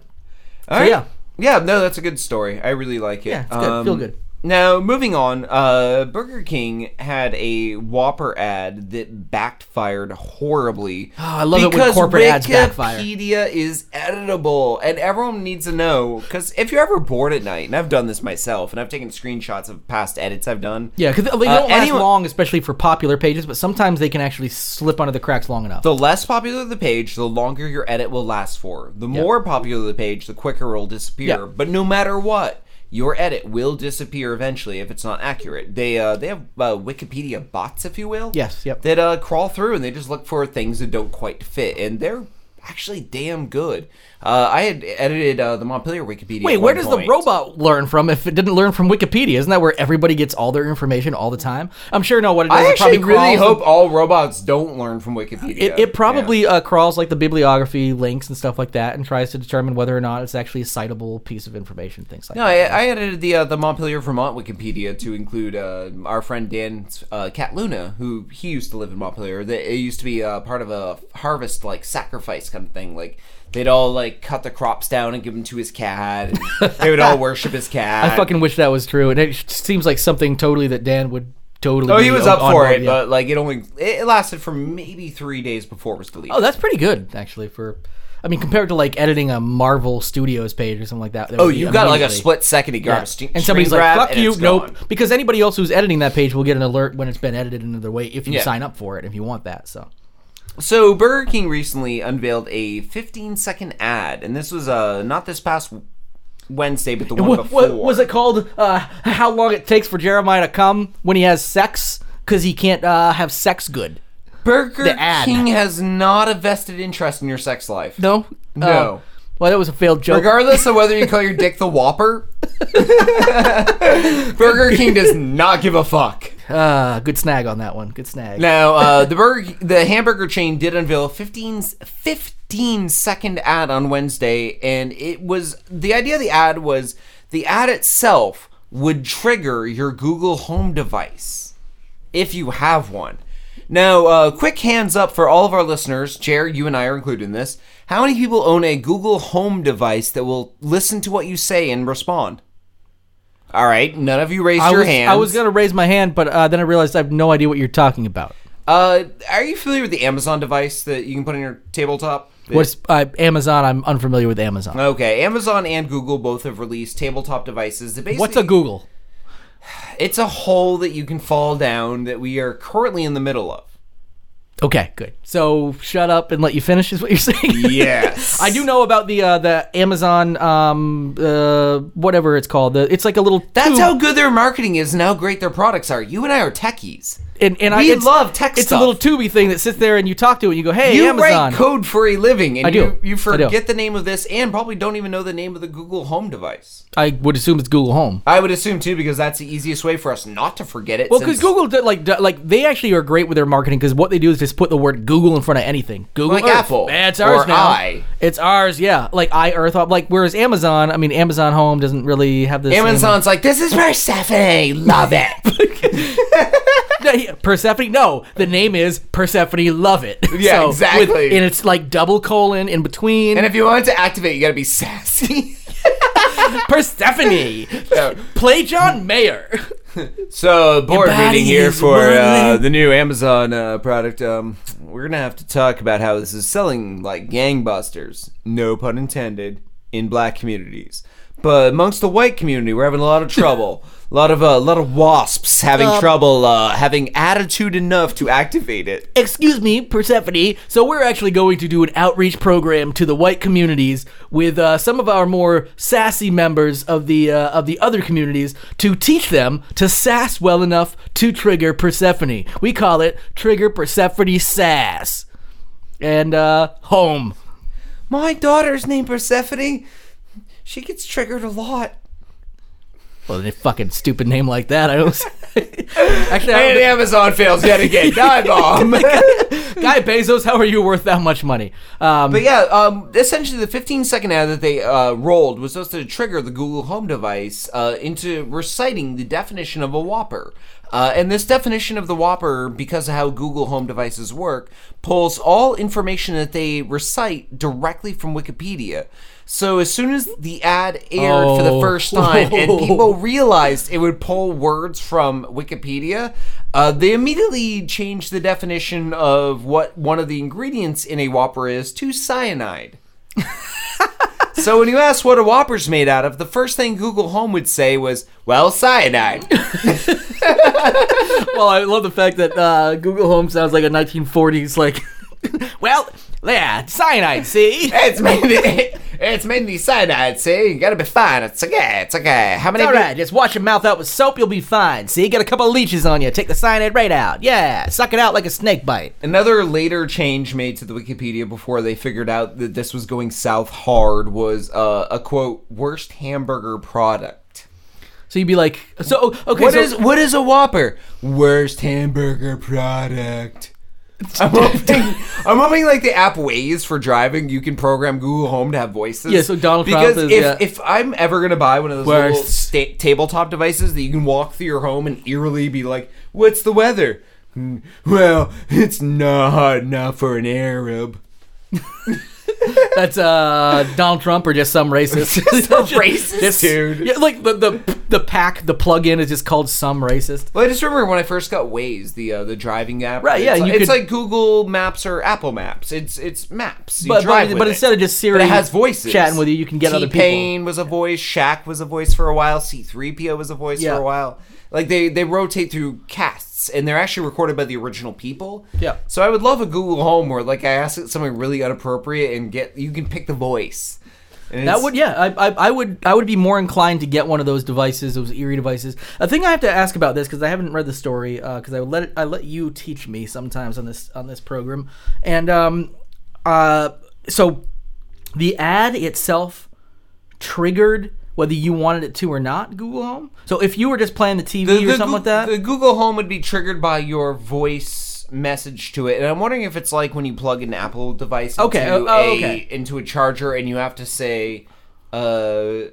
All So, right. yeah. Yeah, no, that's a good story. I really like it. Um, Yeah, it's good. Feel good. Now, moving on, uh, Burger King had a Whopper ad that backfired horribly. Oh, I love it when corporate ads backfire. Wikipedia is editable, and everyone needs to know because if you're ever bored at night, and I've done this myself, and I've taken screenshots of past edits I've done. Yeah, because they Uh, don't last anyone- long, especially for popular pages. But sometimes they can actually slip under the cracks long enough. The less popular the page, the longer your edit will last for. The more popular the page, the quicker it'll disappear. Yeah. But no matter what, your edit will disappear eventually if it's not accurate. They uh, they have uh, Wikipedia bots, if you will. Yes, yep. That uh, crawl through and they just look for things that don't quite fit, and they're actually damn good. Uh, I had edited uh, the Montpelier Wikipedia. Wait, at one where does the point. robot learn from if it didn't learn from Wikipedia? Isn't that where everybody gets all their information all the time? I'm sure no. What it does, I it actually probably really crawls hope the- all robots don't learn from Wikipedia. It, Yeah. it probably uh, crawls like the bibliography links and stuff like that, and tries to determine whether or not it's actually a citable piece of information, things like No, that. I, I edited the uh, the Montpelier, Vermont Wikipedia to include uh, our friend Dan's uh, cat Luna, who he used to live in Montpelier. They, it used to be uh, part of a harvest like sacrifice kind of thing. Like they'd all like cut the crops down and give them to his cat. And they would all worship his cat. I fucking wish that was true, and it seems like something totally that Dan would totally. oh, be he was on- up on for board, it, yeah. but like it only it lasted for maybe three days before it was deleted. oh, that's pretty good actually. For, I mean, compared to like editing a Marvel Studios page or something like that. that Oh, would be you got like a immediately- split second. You got Yeah. a st- and somebody's screen like, grab, "Fuck and you, it's nope." gone. Because anybody else who's editing that page will get an alert when it's been edited another way if you Yeah. sign up for it if you want that. So So Burger King recently unveiled a 15 second ad, and this was uh not this past Wednesday, but the one what, before. what was it called? Uh, how long it takes for Jeremiah to come when he has sex because he can't uh, have sex good? Burger The ad. King has not a vested interest in your sex life. No, No. Uh, well, that was a failed joke. Regardless of whether you call your dick the Whopper, Burger King does not give a fuck. uh, good snag on that one. Good snag. Now, uh, the burger, the hamburger chain did unveil a 15, 15 second ad on Wednesday, and it was the idea of the ad was the ad itself would trigger your Google Home device if you have one. Now, uh, quick hands up for all of our listeners. Jared, you and I are included in this. How many people own a Google Home device that will listen to what you say and respond? All right, none of you raised I your was, hand. I was gonna raise my hand, but uh, then I realized I have no idea what you're talking about. Uh, are you familiar with the Amazon device that you can put on your tabletop? What's uh, Amazon? I'm unfamiliar with Amazon. okay? Amazon and Google both have released tabletop devices. That basically, What's a Google? It's a hole that you can fall down that we are currently in the middle of. Okay, good. So shut up and let you finish is what you're saying. Yes, I do know about the uh, the Amazon um uh whatever it's called. The, it's like a little That's tube, how good their marketing is and how great their products are. You and I are techies. and, and I we it's- love tech It's stuff. a little tubey thing that sits there and you talk to it and you go, "Hey, You Amazon." write code for a living, and I do. you you I do. forget the name of this, and probably don't even know the name of the Google Home device. I would assume it's Google Home. I would assume too, because that's the easiest way for us not to forget it. Well, because since- Google did, like d- like they actually are great with their marketing because what they do is just put the word Google in front of anything. Google Like Earth. Apple Eh, it's ours or now. I. It's ours. Yeah, like I Earth. uh, Like whereas Amazon, I mean Amazon Home doesn't really have this. Amazon's like, this is Persephone, love it. No, yeah, Persephone. No, the name is Persephone. Love it. Yeah, exactly. and it's like double colon in between. and if you want to activate, you gotta be sassy. Persephone, play John Mayer. so, board Your body meeting here is for uh, whirling. the new Amazon uh, product. Um, we're gonna have to talk about how this is selling like gangbusters, no pun intended, in black communities. but amongst the white community, we're having a lot of trouble. a lot of uh, a lot of wasps having Um, trouble uh, having attitude enough to activate it. excuse me, Persephone. So we're actually going to do an outreach program to the white communities with uh, some of our more sassy members of the uh, of the other communities to teach them to sass well enough to trigger Persephone. We call it trigger Persephone sass. And uh, home. My daughter's named Persephone. She gets triggered a lot. Well, a fucking stupid name like that. I don't. actually, I And don't, Amazon fails yet again. Die bomb. Guy Bezos, how are you worth that much money? Um, But yeah, um, essentially the 15 second ad that they uh, rolled was supposed to trigger the Google Home device uh, into reciting the definition of a Whopper. Uh, and this definition of the Whopper, because of how Google Home devices work, pulls all information that they recite directly from Wikipedia. So as soon as the ad aired for the Oh. first time and people realized it would pull words from Wikipedia, uh, they immediately changed the definition of what one of the ingredients in a Whopper is to cyanide. so when you asked what a Whopper's made out of, the first thing Google Home would say was, "Well, cyanide." well, I love the fact that uh, Google Home sounds like a 1940s like. well, yeah, cyanide. See, it's mainly it's mainly cyanide. See, you gotta be fine. It's okay. It's okay. How many? all right. Just wash your mouth out with soap. You'll be fine. See, got a couple of leeches on you. Take the cyanide right out. Yeah, suck it out like a snake bite. Another later change made to the Wikipedia before they figured out that this was going south hard was uh, a quote worst hamburger product. So you'd be like, so oh, okay. What so, is what is a Whopper? Worst hamburger product. I'm hoping, I'm hoping like the app Waze for driving, you can program Google Home to have voices. Yeah, so Donald Trump because is- if, yeah. if I'm ever gonna buy one of those little Worst. sta- tabletop devices that you can walk through your home and eerily be like, "What's the weather?" "Hmm, Well, it's not hot enough for an Arab. that's uh Donald Trump or just some racist? Some racist dude. Yeah, like the the the pack, the plug-in is just called some racist. Well, I just remember when I first got Waze, the uh, the driving app. Right, It's yeah, like, you it's could- like Google Maps or Apple Maps. It's it's maps. You But drive but, with but it. instead of just Siri But it has voices chatting with you, you can get other people. T-Pain was a voice. Shaq was a voice for a while. C-3PO was a voice Yeah. for a while. Like they they rotate through casts, and they're actually recorded by the original people. Yeah. So I would love a Google Home where like I ask it something really inappropriate and get you can pick the voice. And That it's- would yeah, I, I I would I would be more inclined to get one of those devices, those eerie devices. A thing I have to ask about this because I haven't read the story because I let it, I let you teach me sometimes on this on this program, and um, uh, so the ad itself triggered whether you wanted it to or not Google Home. So if you were just playing the TV The- or the something Goo- like that, The Google Home would be triggered by your voice message to it, and I'm wondering if it's like when you plug an Apple device into Okay, oh, a oh, okay. into a charger, and you have to say, uh,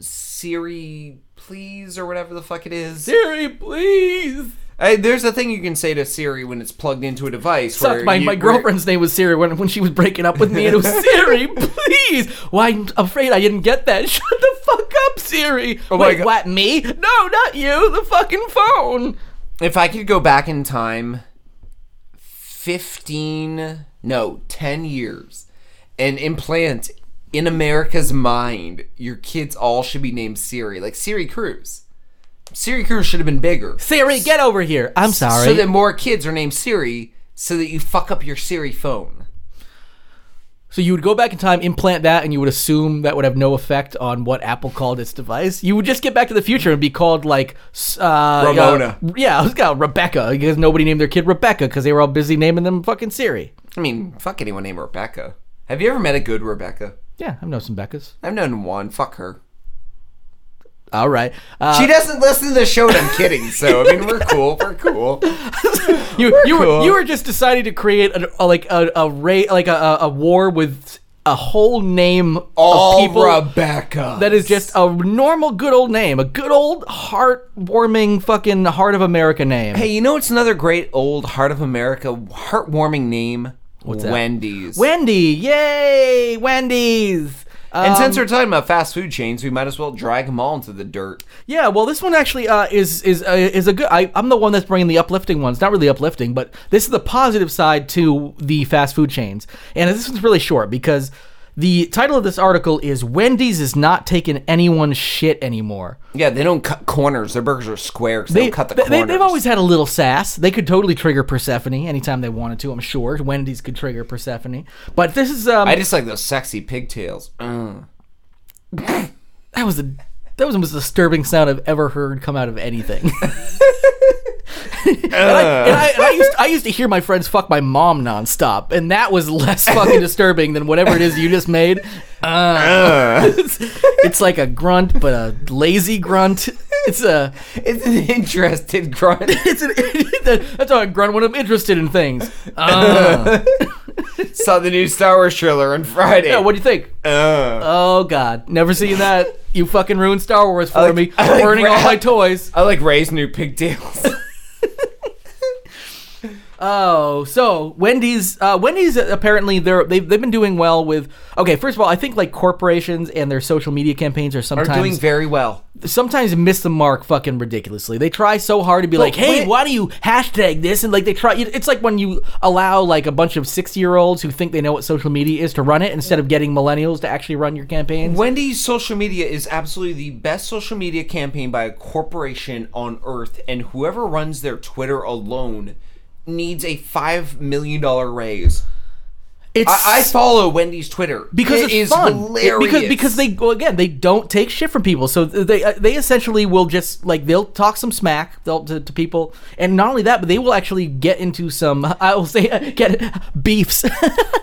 "Siri, please," or whatever the fuck it is. Siri, please. I, there's a thing you can say to Siri when it's plugged into a device. Sucked. where My, you- my where- girlfriend's name was Siri when, when she was breaking up with me. And it was Siri, please. Why? I'm afraid I didn't get that. Shut the fuck up, Siri. Oh my Wait, God. what? Me? No, not you. The fucking phone. If I could go back in time, fifteen, no, ten years, and implant in America's mind, your kids all should be named Siri, like Siri Cruz. Siri Cruz should have been bigger, Siri, get over here. I'm sorry. so that more kids are named Siri, so that you fuck up your Siri phone. So you would go back in time, implant that, and you would assume that would have no effect on what Apple called its device. You would just get back to the future and be called like s- uh, Ramona. Uh, yeah, I was called Rebecca because nobody named their kid Rebecca because they were all busy naming them fucking Siri. I mean, fuck anyone named Rebecca. Have you ever met a good Rebecca? Yeah, I've known some Beccas. I've known one. Fuck her. All right. Uh, She doesn't listen to the show, and I'm kidding. So I mean, we're cool. We're cool. you you cool. were you were just deciding to create an, a, like a a ra- like a, a, a war with a whole name All of people Rebecca. that is just a normal good old name, a good old heartwarming fucking heart of America name. Hey, you know it's another great old Heart of America heartwarming name? What's that? Wendy's. Wendy, yay, Wendy's. and Um, since we're talking about fast food chains, we might as well drag them all into the dirt. yeah, well, this one actually uh, is is uh, is a good. I, I'm the one that's bringing the uplifting ones. Not really uplifting, but this is the positive side to the fast food chains. And this one's really short because The title of this article is Wendy's is not taking anyone's shit anymore. Yeah, they don't cut corners. Their burgers are square 'cause they, don't cut the they, corners. have always had a little sass. They could totally trigger Persephone anytime they wanted to. I'm sure Wendy's could trigger Persephone, but this is um, I just like those sexy pigtails. Mm. that was a that was the most disturbing sound I've ever heard come out of anything. and I, and I, and I used I used to hear my friends fuck my mom nonstop, and that was less fucking disturbing than whatever it is you just made. Uh, it's, it's like a grunt, but a lazy grunt. It's a It's an interested grunt. it's an that's how I grunt when I'm interested in things. Uh, Saw the new Star Wars trailer on Friday. Yeah, what do you think? Uh. Oh God, never seen that. You fucking ruined Star Wars for like- me, I like burning all Brad. my toys. I like Ray's new pigtails. Oh, so Wendy's, uh, Wendy's apparently they're they've, they've been doing well with. Okay, first of all, I think like corporations and their social media campaigns are Are sometimes doing very well. sometimes miss the mark fucking ridiculously. They try so hard to be like, hey, wait- why do you hashtag this? And like they try, it's like when you allow like a bunch of sixty year olds who think they know what social media is to run it instead of getting millennials to actually run your campaigns. Wendy's social media is absolutely the best social media campaign by a corporation on earth, and whoever runs their Twitter alone needs a five million dollar raise. It's I, I follow Wendy's Twitter because It it's is fun. Hilarious. It- because because they well, again they don't take shit from people, so th- they uh, they essentially will just like they'll talk some smack they'll, to, to people, and not only that, but they will actually get into some I will say get beefs with,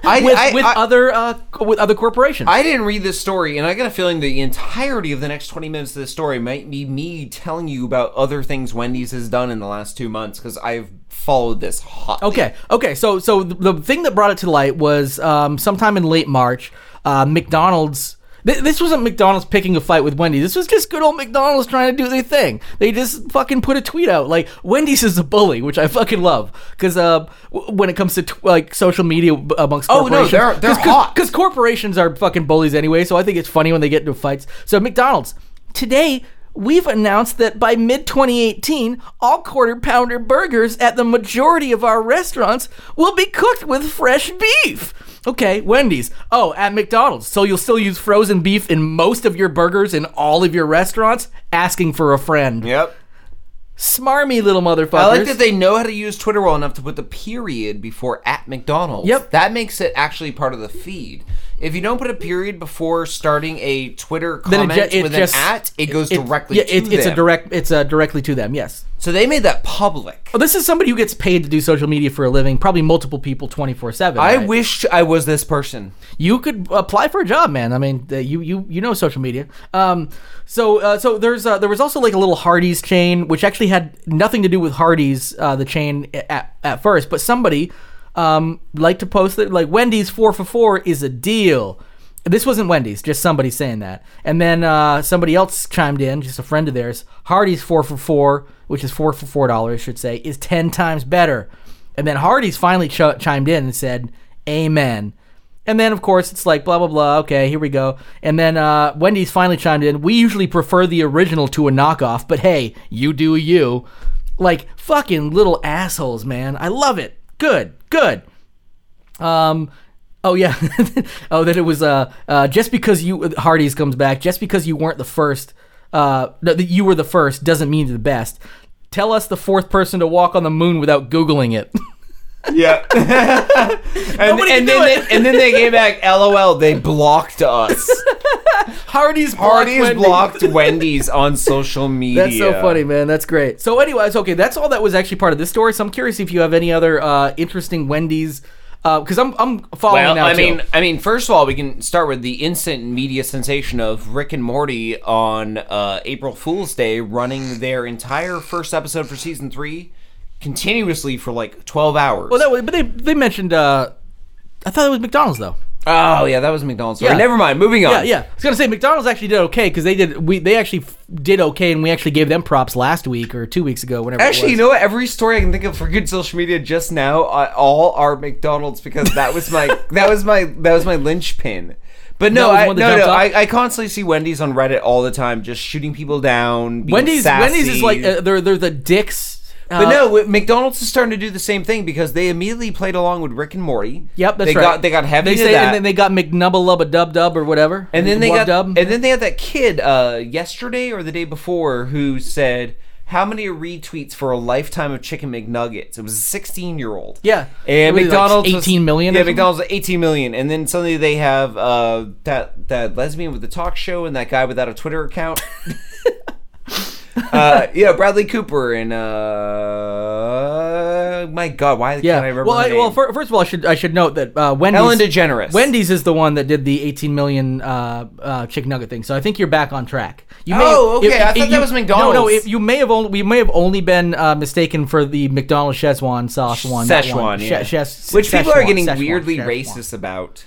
I- with I- other uh, co- with other corporations. I didn't read this story, and I got a feeling the entirety of the next 20 minutes of this story might be me telling you about other things Wendy's has done in the last two months because I've followed this hot. Okay. Okay. So so the, the thing that brought it to light was um, sometime in late March, uh, McDonald's. Th- this wasn't McDonald's picking a fight with Wendy's. This was just good old McDonald's trying to do their thing. They just fucking put a tweet out like Wendy's is a bully, which I fucking love because uh, w- when it comes to tw- like social media b- amongst Oh, no, corporations, they're- they're hot. because corporations are fucking bullies anyway. So I think it's funny when they get into fights. So McDonald's today. We've announced that by mid 2018, all quarter pounder burgers at the majority of our restaurants will be cooked with fresh beef. Okay, Wendy's. Oh, at McDonald's. So you'll still use frozen beef in most of your burgers in all of your restaurants? Asking for a friend. Yep. Smarmy little motherfuckers. I like that they know how to use Twitter well enough to put the period before at McDonald's. Yep. That makes it actually part of the feed. If you don't put a period before starting a Twitter Then comment ju- with just- an at, it goes it- directly yeah, to it- it's them. a direct it's a directly to them yes so they made that public. Well, this is somebody who gets paid to do social media for a living, probably multiple people 24 7. I wish I was this person. You could apply for a job, man. I mean, uh, you you you know social media. Um, so uh, so there's uh, there was also like a little Hardee's chain, which actually had nothing to do with Hardee's uh, the chain a- at, at first, but somebody um liked to post that like Wendy's four for four is a deal. This wasn't Wendy's, just somebody saying that. And then uh, somebody else chimed in, just a friend of theirs. Hardee's four for four, which is four for four dollars, should say, is ten times better. And then Hardee's finally ch- chimed in and said, "Amen." And then, of course, it's like blah blah blah. Okay, here we go. And then uh, Wendy's finally chimed in. We usually prefer the original to a knockoff, but hey, you do you. Like fucking little assholes, man. I love it. Good, good. Um, oh yeah. oh, then it was uh, uh, just because you Hardy's comes back. Just because you weren't the first, uh, no, that you were the first doesn't mean you're the best. Tell us the fourth person to walk on the moon without googling it. Yeah. and, Nobody can and do then it. They, and then they came back, LOL, they blocked us. Hardy's Hardy's blocked Wendy's on social media. That's so funny, man. That's great. So, anyways, okay, that's all that was actually part of this story. So, I'm curious if you have any other uh, interesting Wendy's, because I'm I'm following Well, now I too. mean, I mean, first of all, we can start with the instant media sensation of Rick and Morty on uh, April Fool's Day, running their entire first episode for season three continuously for like twelve hours. well, that was, but they they mentioned. Uh, I thought it was McDonald's though. oh yeah, that was McDonald's. Story. Yeah. Never mind. Moving on. Yeah, yeah. I was gonna say McDonald's actually did okay because they did we they actually f- did okay and we actually gave them props last week or two weeks ago whenever. it Actually, was. you know what? Every story I can think of for good social media just now, uh, all are McDonald's because that was my that was my that was my linchpin. But no, That was I, one that no, no. jumped off? I, I constantly see Wendy's on Reddit all the time, just shooting people down. Being Wendy's uh, sassy. Wendy's is like uh, they're they're the dicks But no, wi- McDonald's is starting to do the same thing because they immediately played along with Rick and Morty. Yep, that's they right. Got, they got heavy They into say, that. and then they got McNubba Dub Dub or whatever. And then they got Dub. and then they had that kid uh, yesterday or the day before who said how many retweets for a lifetime of chicken McNuggets? It was a 16 year old. Yeah. and What is it, like McDonald's 18 million or Was, yeah, something? McDonald's was 18 million, and then suddenly they have uh, that that lesbian with the talk show and that guy without a Twitter account. uh, yeah, Bradley Cooper and uh, my God, why yeah. can't I remember? well, her I, name? well, fir- first of all, I should I should note that uh, Wendy's Ellen DeGeneres. Wendy's is the one that did the 18 million uh, uh, chicken nugget thing. So I think you're back on track. You Oh, okay, I thought that you- was No, no. McDonald's. If you may have only we may have only been uh, mistaken for the McDonald's Szechuan sauce one. that one. Szechuan, yeah. She- Szechuan, which people are getting Szechuan, weirdly Szechuan. racist about.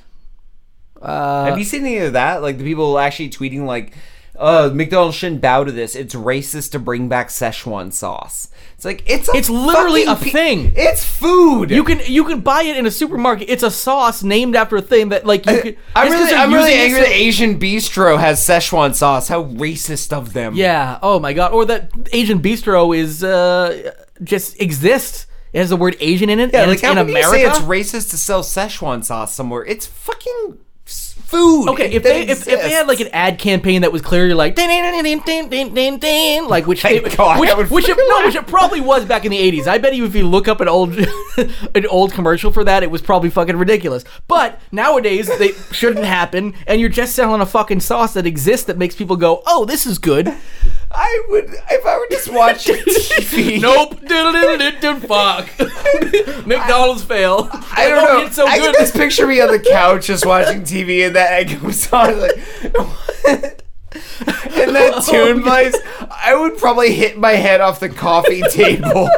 Uh, Have you seen any of that? Like the people actually tweeting like, "Uh, McDonald's shouldn't bow to this. It's racist to bring back Szechuan sauce." It's like it's a It's literally fucking a thing. It's food. You can you can buy it in a supermarket. It's a sauce named after a thing that like you could. I'm just 'cause really, they're I'm really using it angry so- that Asian Bistro has Szechuan sauce. How racist of them. Yeah. Oh my god. Or that Asian bistro is uh just exists. It has the word Asian in it. Yeah, and like it's how in can America. you say it's racist to sell Szechuan sauce somewhere? It's fucking s- food. Okay, if that they if, if they had like an exists. ad campaign that was clearly like "Din, din, din, din, din, din, din," like which Thank it- God, which, I would which it, fucking no laugh. which it probably was back in the eighties. I bet you if you look up an old an old commercial for that, it was probably fucking ridiculous. But nowadays they shouldn't happen, and you're just selling a fucking sauce that exists that makes people go, "Oh, this is good." I would if I were just watching TV. Nope. Diddle-diddle-diddle, Fuck. McDonald's fail. I don't know. It's so I good. can just picture me on the couch just watching TV and that egg comes on like and that Oh tune plays. I would probably hit my head off the coffee table.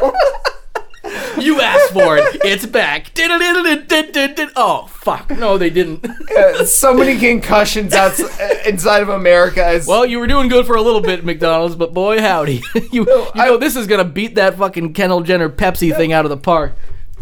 you asked for it. It's back. Diddle-diddle-diddle-diddle. Oh fuck. No, they didn't. Uh, so many concussions outside, inside of America. Is, Well, you were doing good for a little bit, McDonald's, but boy howdy, you, you know this is gonna beat that fucking Kendall Jenner Pepsi thing out of the park.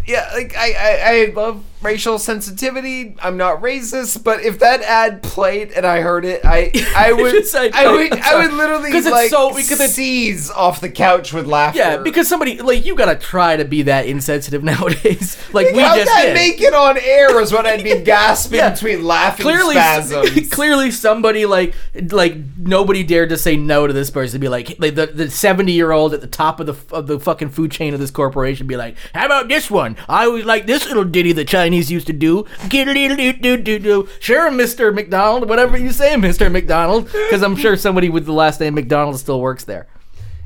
yeah, like I, I, I love racial sensitivity. I'm not racist, but if that ad played and I heard it, I, I would, Just say- I would, I'm I sorry. would literally 'Cause it's like so- because it's- seize off the couch with laughter. Yeah, because somebody like you gotta try to be that insensitive nowadays. Like we How'd just that did. make it on air is what I'd be gasping Yeah. between laughing clearly, spasms. clearly somebody like like nobody dared to say no to this person. Be like, like the the seventy year old at the top of the of the fucking food chain of this corporation. Be like, how about this one? I always like this little ditty the Chinese used to do. Giddle-diddle-doo-doo-doo-doo. Sure, Mister McDonald, whatever you say, Mister McDonald, because I'm sure somebody with the last name McDonald still works there.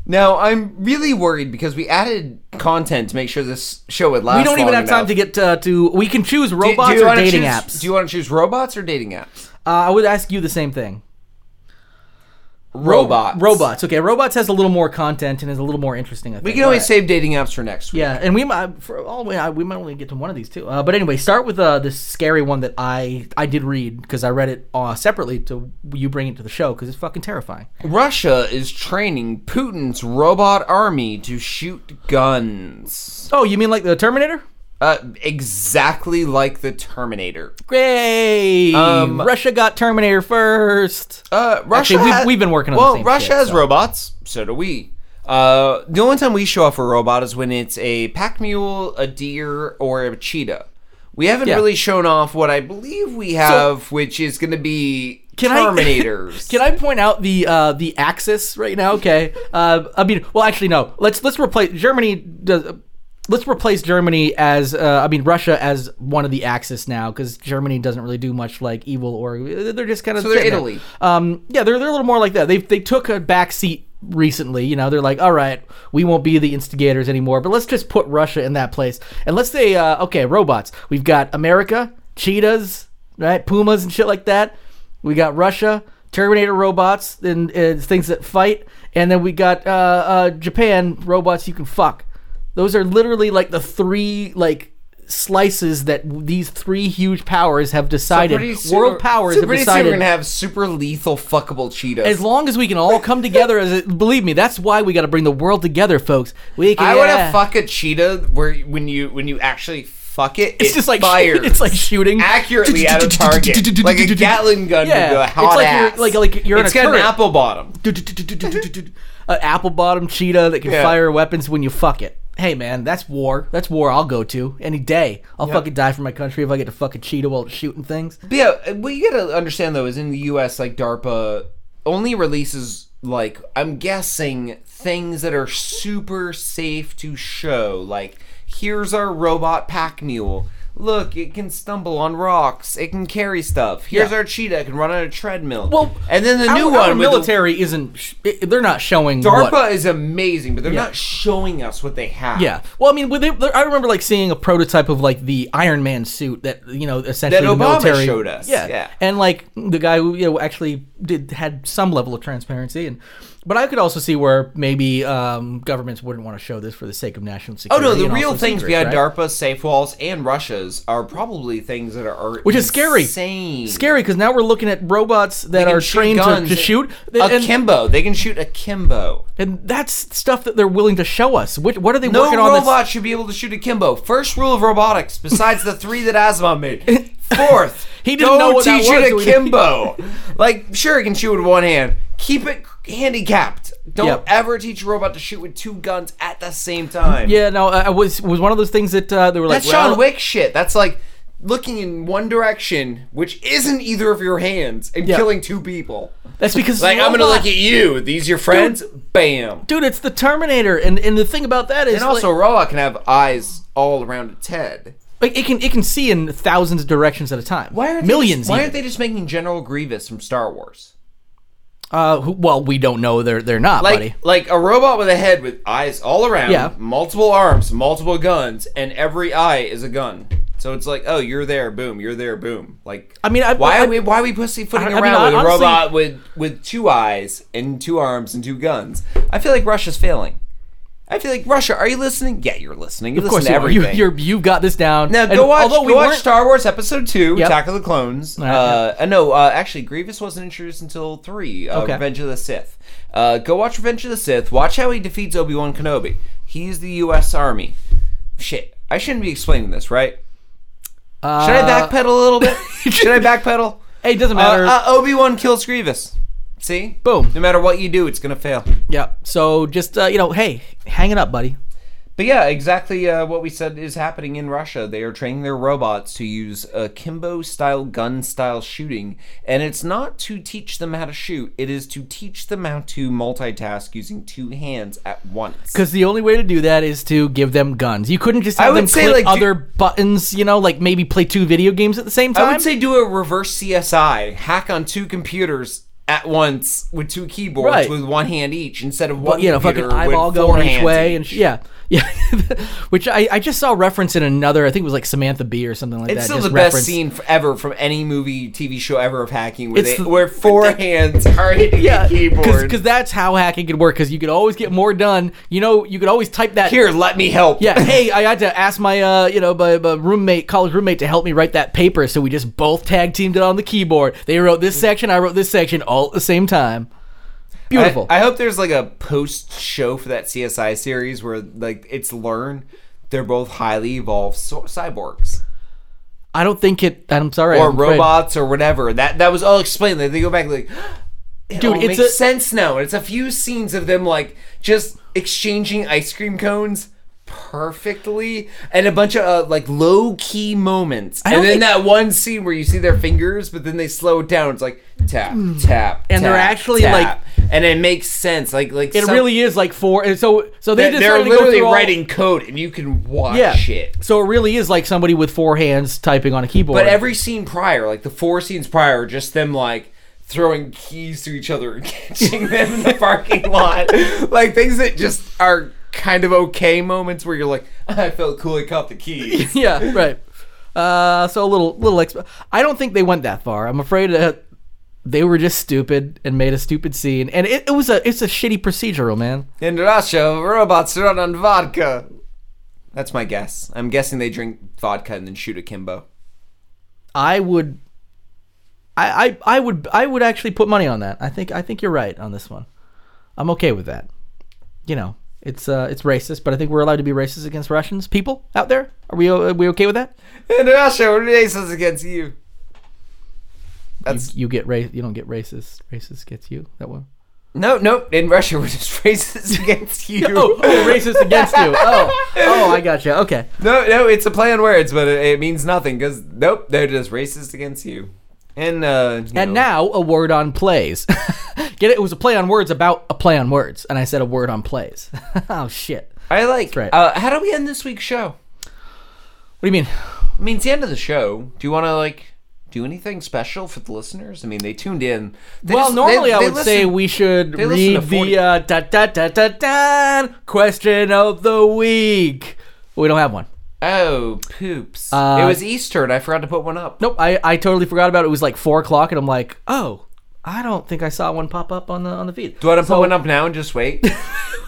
now I'm really worried because we added content to make sure this show would last. We don't long even have time enough. to get to, to we can choose Do- do robots you or wanna dating choose- apps. Do you want to choose robots or dating apps? uh, I would ask you the same thing. Robots. Robots. Okay, robots has a little more content and is a little more interesting. I think. We can always Alright. save dating apps for next week. Yeah, and we might for all we, I- we might only get to one of these too. Uh, but anyway, start with uh, this scary one that I I did read because I read it uh, separately to you bring it to the show because it's fucking terrifying. Russia is training Putin's robot army to shoot guns. Oh, you mean like the Terminator? Uh, exactly like the Terminator. Great. Russia got Terminator first. Uh, Russia. Actually, we've- ha- we've been working on the well, same Russia shit, has so. robots. So do we. Uh, the only time we show off a robot is when it's a pack mule, a deer, or a cheetah. We haven't Yeah. really shown off what I believe we have, which is going to be Can I- Terminators. Can I point out the uh, the axis right now? Okay. Uh, I mean, well, actually, no. Let's let's replace Germany. Does, let's replace Germany as uh, I mean Russia as one of the axis now because Germany doesn't really do much like evil or they're just kind of So they're sitting there. Italy. Um, yeah, they're they're a little more like that. They they took a back seat recently. You know, they're like, all right, we won't be the instigators anymore, but let's just put Russia in that place and let's say, uh, okay, robots. We've got America, cheetahs, right, pumas and shit like that. We got Russia, Terminator robots and, and things that fight, and then we got uh, uh, Japan robots you can fuck. Those are literally like the three like slices that these three huge powers have decided Pretty soon- world powers so have pretty decided soon we're going to have super lethal fuckable cheetahs. as long as we can all come together as it, believe me that's why we got to bring the world together folks we can I want to yeah. fuck a cheetah where when you when you actually fuck it, it's it just like fires it's like shooting accurately at a target, like a Gatling gun Yeah. would go It's hot like you're- ass. like- like you're in It's a got turret. an apple bottom. an apple bottom cheetah that can Yeah. fire weapons when you fuck it hey man, that's war. That's war I'll go to any day. I'll fucking die for my country if I get to fucking cheetah while it's shooting things. But yeah, what you gotta understand though is in the U.S., like DARPA only releases like I'm guessing things that are super safe to show. Like here's our robot pack mule. Look, it can stumble on rocks. It can carry stuff. Here's Yeah. our cheetah. It can run on a treadmill. Well, and then the Our- new our one, with the- military isn't. Sh- i- they're not showing DARPA what- is amazing, but they're Yeah. not showing us what they have. Yeah. Well, I mean, with it, I remember like seeing a prototype of like the Iron Man suit that you know essentially That the Obama military showed us, yeah. And like the guy who you know actually did had some level of transparency and. But I could also see where maybe um, governments wouldn't want to show this for the sake of national Oh security. no, the and real also things secrets, behind right? DARPA's safe walls and Russia's are probably things that are, are which is scary. Insane. Scary because now we're looking at robots that can are shoot trained to, guns to shoot, and, akimbo. They can shoot akimbo. and that's stuff that they're willing to show us. Which, what are they No working on? that's- robot should be able to shoot akimbo. First rule of robotics, besides the three that Asimov made. Fourth, He don't didn't know what that teach was, it so he didn't- akimbo. like, sure, it can shoot with one hand. Keep it handicapped. Don't Yep. ever teach a robot to shoot with two guns at the same time. Yeah, no, I I was was one of those things that uh, they were That's like, Sean well, Wick shit. That's like looking in one direction, which isn't either of your hands, and Yeah. killing two people. That's because it's Like, a I'm gonna robot. look at you. These your friends? Bam. dude. It's the Terminator, and and the thing about that is And also, a robot can have eyes all around its head. like, it can it can see in thousands of directions at a time. Why aren't millions? They just, why even. aren't they just making General Grievous from Star Wars? Uh, who, well, we don't know. They're they're not, Like, buddy. like a robot with a head with eyes all around, Yeah. multiple arms, multiple guns, and every eye is a gun. So it's like, oh, you're there, boom. You're there, boom. Like, I mean, I- why I- are we why are we pussyfooting I- I mean, around I- with a honestly- robot with with two eyes and two arms and two guns? I feel like Russia's failing. I feel like Russia. Are you listening? Yeah, you're listening. You Of listen course, to you are. you everything. you're, you've got this down. Now And go watch. although we go watch weren't- Star Wars Episode Two: Yep. Attack of the Clones. Alright, uh, uh, no, uh, actually, Grievous wasn't introduced until three. Uh, Okay. Revenge of the Sith. Uh, go watch Revenge of the Sith. Watch how he defeats Obi Wan Kenobi. He's the U.S. Army. Shit, I shouldn't be explaining this, right? Should I Uh, backpedal a little bit? Should I backpedal? Hey, it doesn't matter. Uh, uh, Obi Wan kills Grievous. See, Boom. No matter what you do, it's gonna fail. yeah. So just uh, you know, hey, hang it up, buddy. But yeah, exactly uh, what we said is happening in Russia. They are training their robots to use uh, Kimbo style gun style shooting, and it's not to teach them how to shoot, it is to teach them how to multitask using two hands at once. Because the only way to do that is to give them guns. You couldn't just have I would them say, click like, do- other buttons. You know, like maybe play two video games at the same time. I would say do a reverse CSI, hack on two computers at once with two keyboards Right. with one hand each instead of one you know, computer fucking eyeball with four going each hands way and each. sh- yeah, yeah. Which I, I just saw reference in another. I think it was like Samantha Bee or something like It's that. still just the best referenced- scene f- ever from any movie, TV show ever of hacking, where, It's they, the- where four hands are hitting Yeah, the keyboard. because that's how hacking could work. Because you could always get more done. You know, you could always type that Here, let me help. Yeah, hey, I had to ask my uh, you know, my, my roommate, college roommate, to help me write that paper. So we just both tag teamed it on the keyboard. They wrote this section, I wrote this section, all at the same time. Beautiful. I, I hope there's like a post show for that CSI series where like it's learn they're both highly evolved so- cyborgs I don't think it. I'm sorry. or I'm afraid. robots or whatever. That that was all explained. Like, they go back like, it Dude, all it's makes a- sense now. And it's a few scenes of them like just exchanging ice cream cones perfectly and a bunch of uh, like low key moments and don't then think- that one scene where you see their fingers but then they slow it down it's like tap tap Hmm. And they're tap, actually, tap. and it makes sense like like It some- really is like four. and So so they They- They're decided to go literally through all- writing code, and you can watch yeah. shit. So it really is like somebody with four hands typing on a keyboard. But every scene prior, like the four scenes prior, are just them like throwing keys to each other and catching them in the parking lot, like things that just are kind of okay moments where you're like, I felt cool, I caught the keys. yeah, right. Uh, so a little little exp- I don't think they went that far. I'm afraid that they were just stupid and made a stupid scene. And it, it was a it's a shitty procedural, man. in Russia, robots run on vodka. That's my guess. I'm guessing they drink vodka and then shoot akimbo. I would. I, I, I would I would actually put money on that. I think I think you're right on this one. I'm okay with that. You know, it's uh it's racist, but I think we're allowed to be racist against Russians people out there. Are we are we okay with that? In Russia, races against you. You, That's you get ra- you don't get racist. Racist gets you that one. No, no. In Russia, we're just racist against you. Oh, oh, racist against you. Oh, oh, I got you. Okay. No, no. It's a play on words, but it, it means nothing because nope, they're just racist against you. And uh, you And know. now a word on plays. Get it? It was a play on words about a play on words, and I said a word on plays. oh shit! What I like. right. Uh, how do we end this week's show? do you mean? I mean, it's the end of the show. Do you want to like do anything special for the listeners? I mean, they tuned in. They well, just- normally they- I they would say listen- we should they listen to 40 read the uh, da da da da da question of the week. We Uh, don't have one. Oh, poops! it was Easter, and I forgot to put one up. Nope, I, I totally forgot about it. It was like four o'clock, and I'm like, oh, I don't think I saw one pop up on the on the feed. Do I want to put one up now and just wait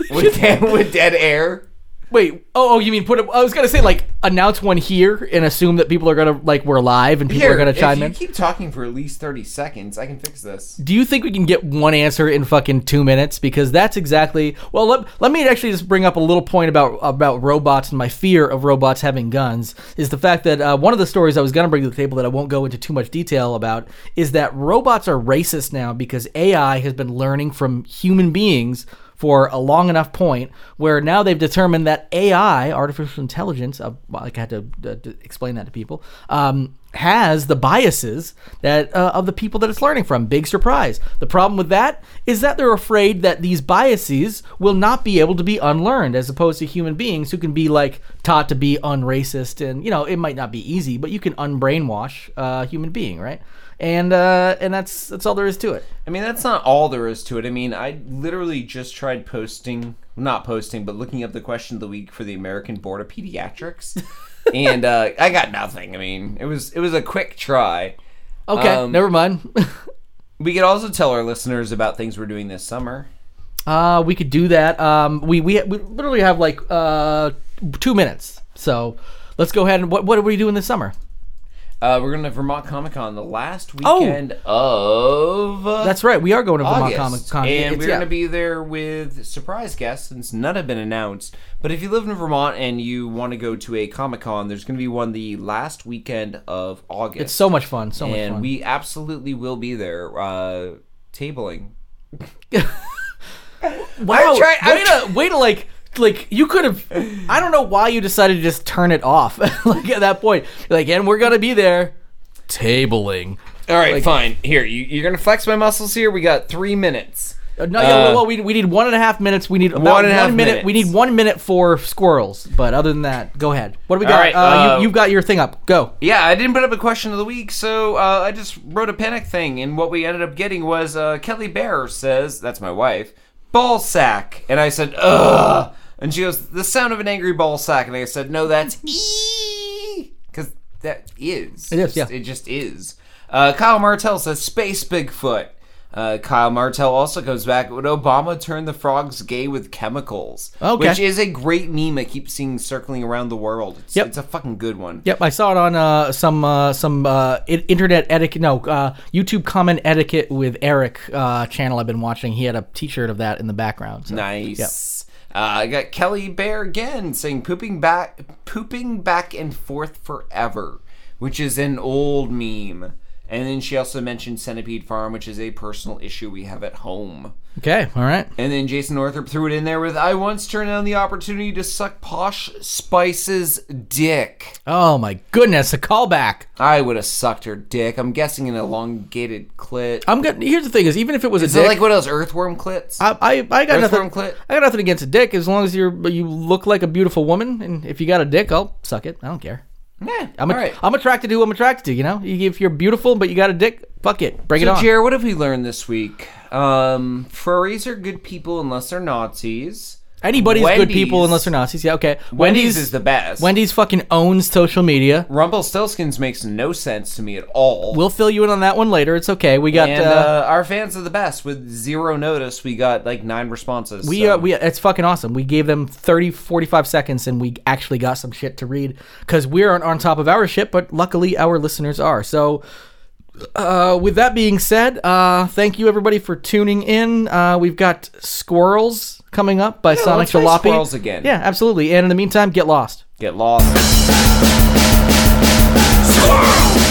with, dead, with dead air? Wait, oh, oh, you mean put? A, I was gonna say like announce one here and assume that people are gonna like we're live and people Here, are gonna if chime you in. keep talking for at least thirty seconds, I can fix this. Do you think we can get one answer in fucking two minutes? Because that's exactly well. Let, let me actually just bring up a little point about about robots and my fear of robots having guns is the fact that uh, one of the stories I was going to bring to the table that I won't go into too much detail about is that robots are racist now because AI has been learning from human beings for a long enough point where now they've determined that AI, artificial intelligence, uh, well, like I had to, uh, to explain that to people, um, has the biases that uh, of the people that it's learning from. Big surprise. The problem with that is that they're afraid that these biases will not be able to be unlearned, as opposed to human beings who can be like taught to be unracist, and you know it might not be easy, but you can unbrainwash a human being, right? And uh, and that's that's all there is to it. I mean, that's not all there is to it. I mean, I literally just tried posting, not posting, but looking up the question of the week for the American Board of Pediatrics, and uh, I got nothing. I mean, it was it was a quick try. Okay, Um, never mind. We could also tell our listeners about things we're doing this summer. Uh, we could do that. Um, we, we we literally have like uh two minutes, so let's go ahead and what what are we doing this summer? Uh, we're going to Vermont Comic Con the last weekend of uh, That's right, we are going to Vermont August, Comic Con, and It's- we're yeah. going to be there with surprise guests since none have been announced. But if you live in Vermont and you want to go to a Comic Con, there's going to be one the last weekend of August. It's so much fun, so much and fun. we absolutely will be there. Uh, tabling. wow, I'm trying- I'm way to way to like like you could have. I don't know why you decided to just turn it off. like at that point, You're like, and we're gonna be there, tabling. All right, fine. Here, you, you're going to flex my muscles here. We got three minutes. Uh, No, Uh, yeah, well, we, we need one and a half minutes. We need about One one, and a half minute. We minutes. need one minute for squirrels. But other than that, go ahead. What do we got? right, uh, uh, you, you've got your thing up. Go. Yeah, I didn't put up a question of the week, so uh, I just wrote a panic thing, and what we ended up getting was uh, Kelly Bear says, that's my wife, ball sack. And I said, ugh. And she goes, the sound of an angry ball sack. And I said, no, that's ee. Because that is. It is, Just- yeah. It just is. Uh, Kyle Martell says, space Bigfoot. Uh, Kyle Martell also comes back. Would Obama turn the frogs gay with chemicals? Okay. Which is a great meme I keep seeing circling around the world. It's, Yep. it's a fucking good one. Yep, I saw it on uh, some uh, some uh, i- internet etiquette. No, uh, YouTube comment etiquette with Eric uh, channel I've been watching. He had a T-shirt of that in the background. So. Nice. Uh, I got Kelly Bear again saying pooping back pooping back and forth forever, which is an old meme. And then she also mentioned Centipede Farm, which is a personal issue we have at home. Okay, all right. And then Jason Northrup threw it in there with I once turned down the opportunity to suck Posh Spice's dick. Oh my goodness, a callback. I would have sucked her dick. I'm guessing an elongated clit. I'm good. Here's the thing: is even if it was a is dick, it like one of those earthworm clits? I, I, I got Earthworm nothing. clit? I got nothing against a dick as long as you're you look like a beautiful woman, and if you got a dick, I'll suck it. I don't care. yeah. I'm, all a, right. I'm attracted to who I'm attracted to. You know, You- if you're beautiful but you got a dick, fuck it, bring it So, on. Jer, what have we learned this week? Um, furries are good people unless they're Nazis. Anybody's good Wendy's- people unless they're Nazis. Yeah, okay. Wendy's, is the best. Wendy's fucking owns social media. Rumpelstiltskins makes no sense to me at all. We'll fill you in on that one later. It's okay. We got and uh, uh, our fans are the best. With zero notice, we got like nine responses. we so- uh, we it's fucking awesome. We gave them 30 45 seconds and we actually got some shit to read cuz we aren't on top of our shit, but luckily our listeners are. So uh, with that being said, uh, thank you everybody for tuning in. Uh, we've got Squirrels coming up by Sonic let's play Jalopy. Squirrels again. Yeah, absolutely. And in the meantime, get lost. get lost. Squirrel!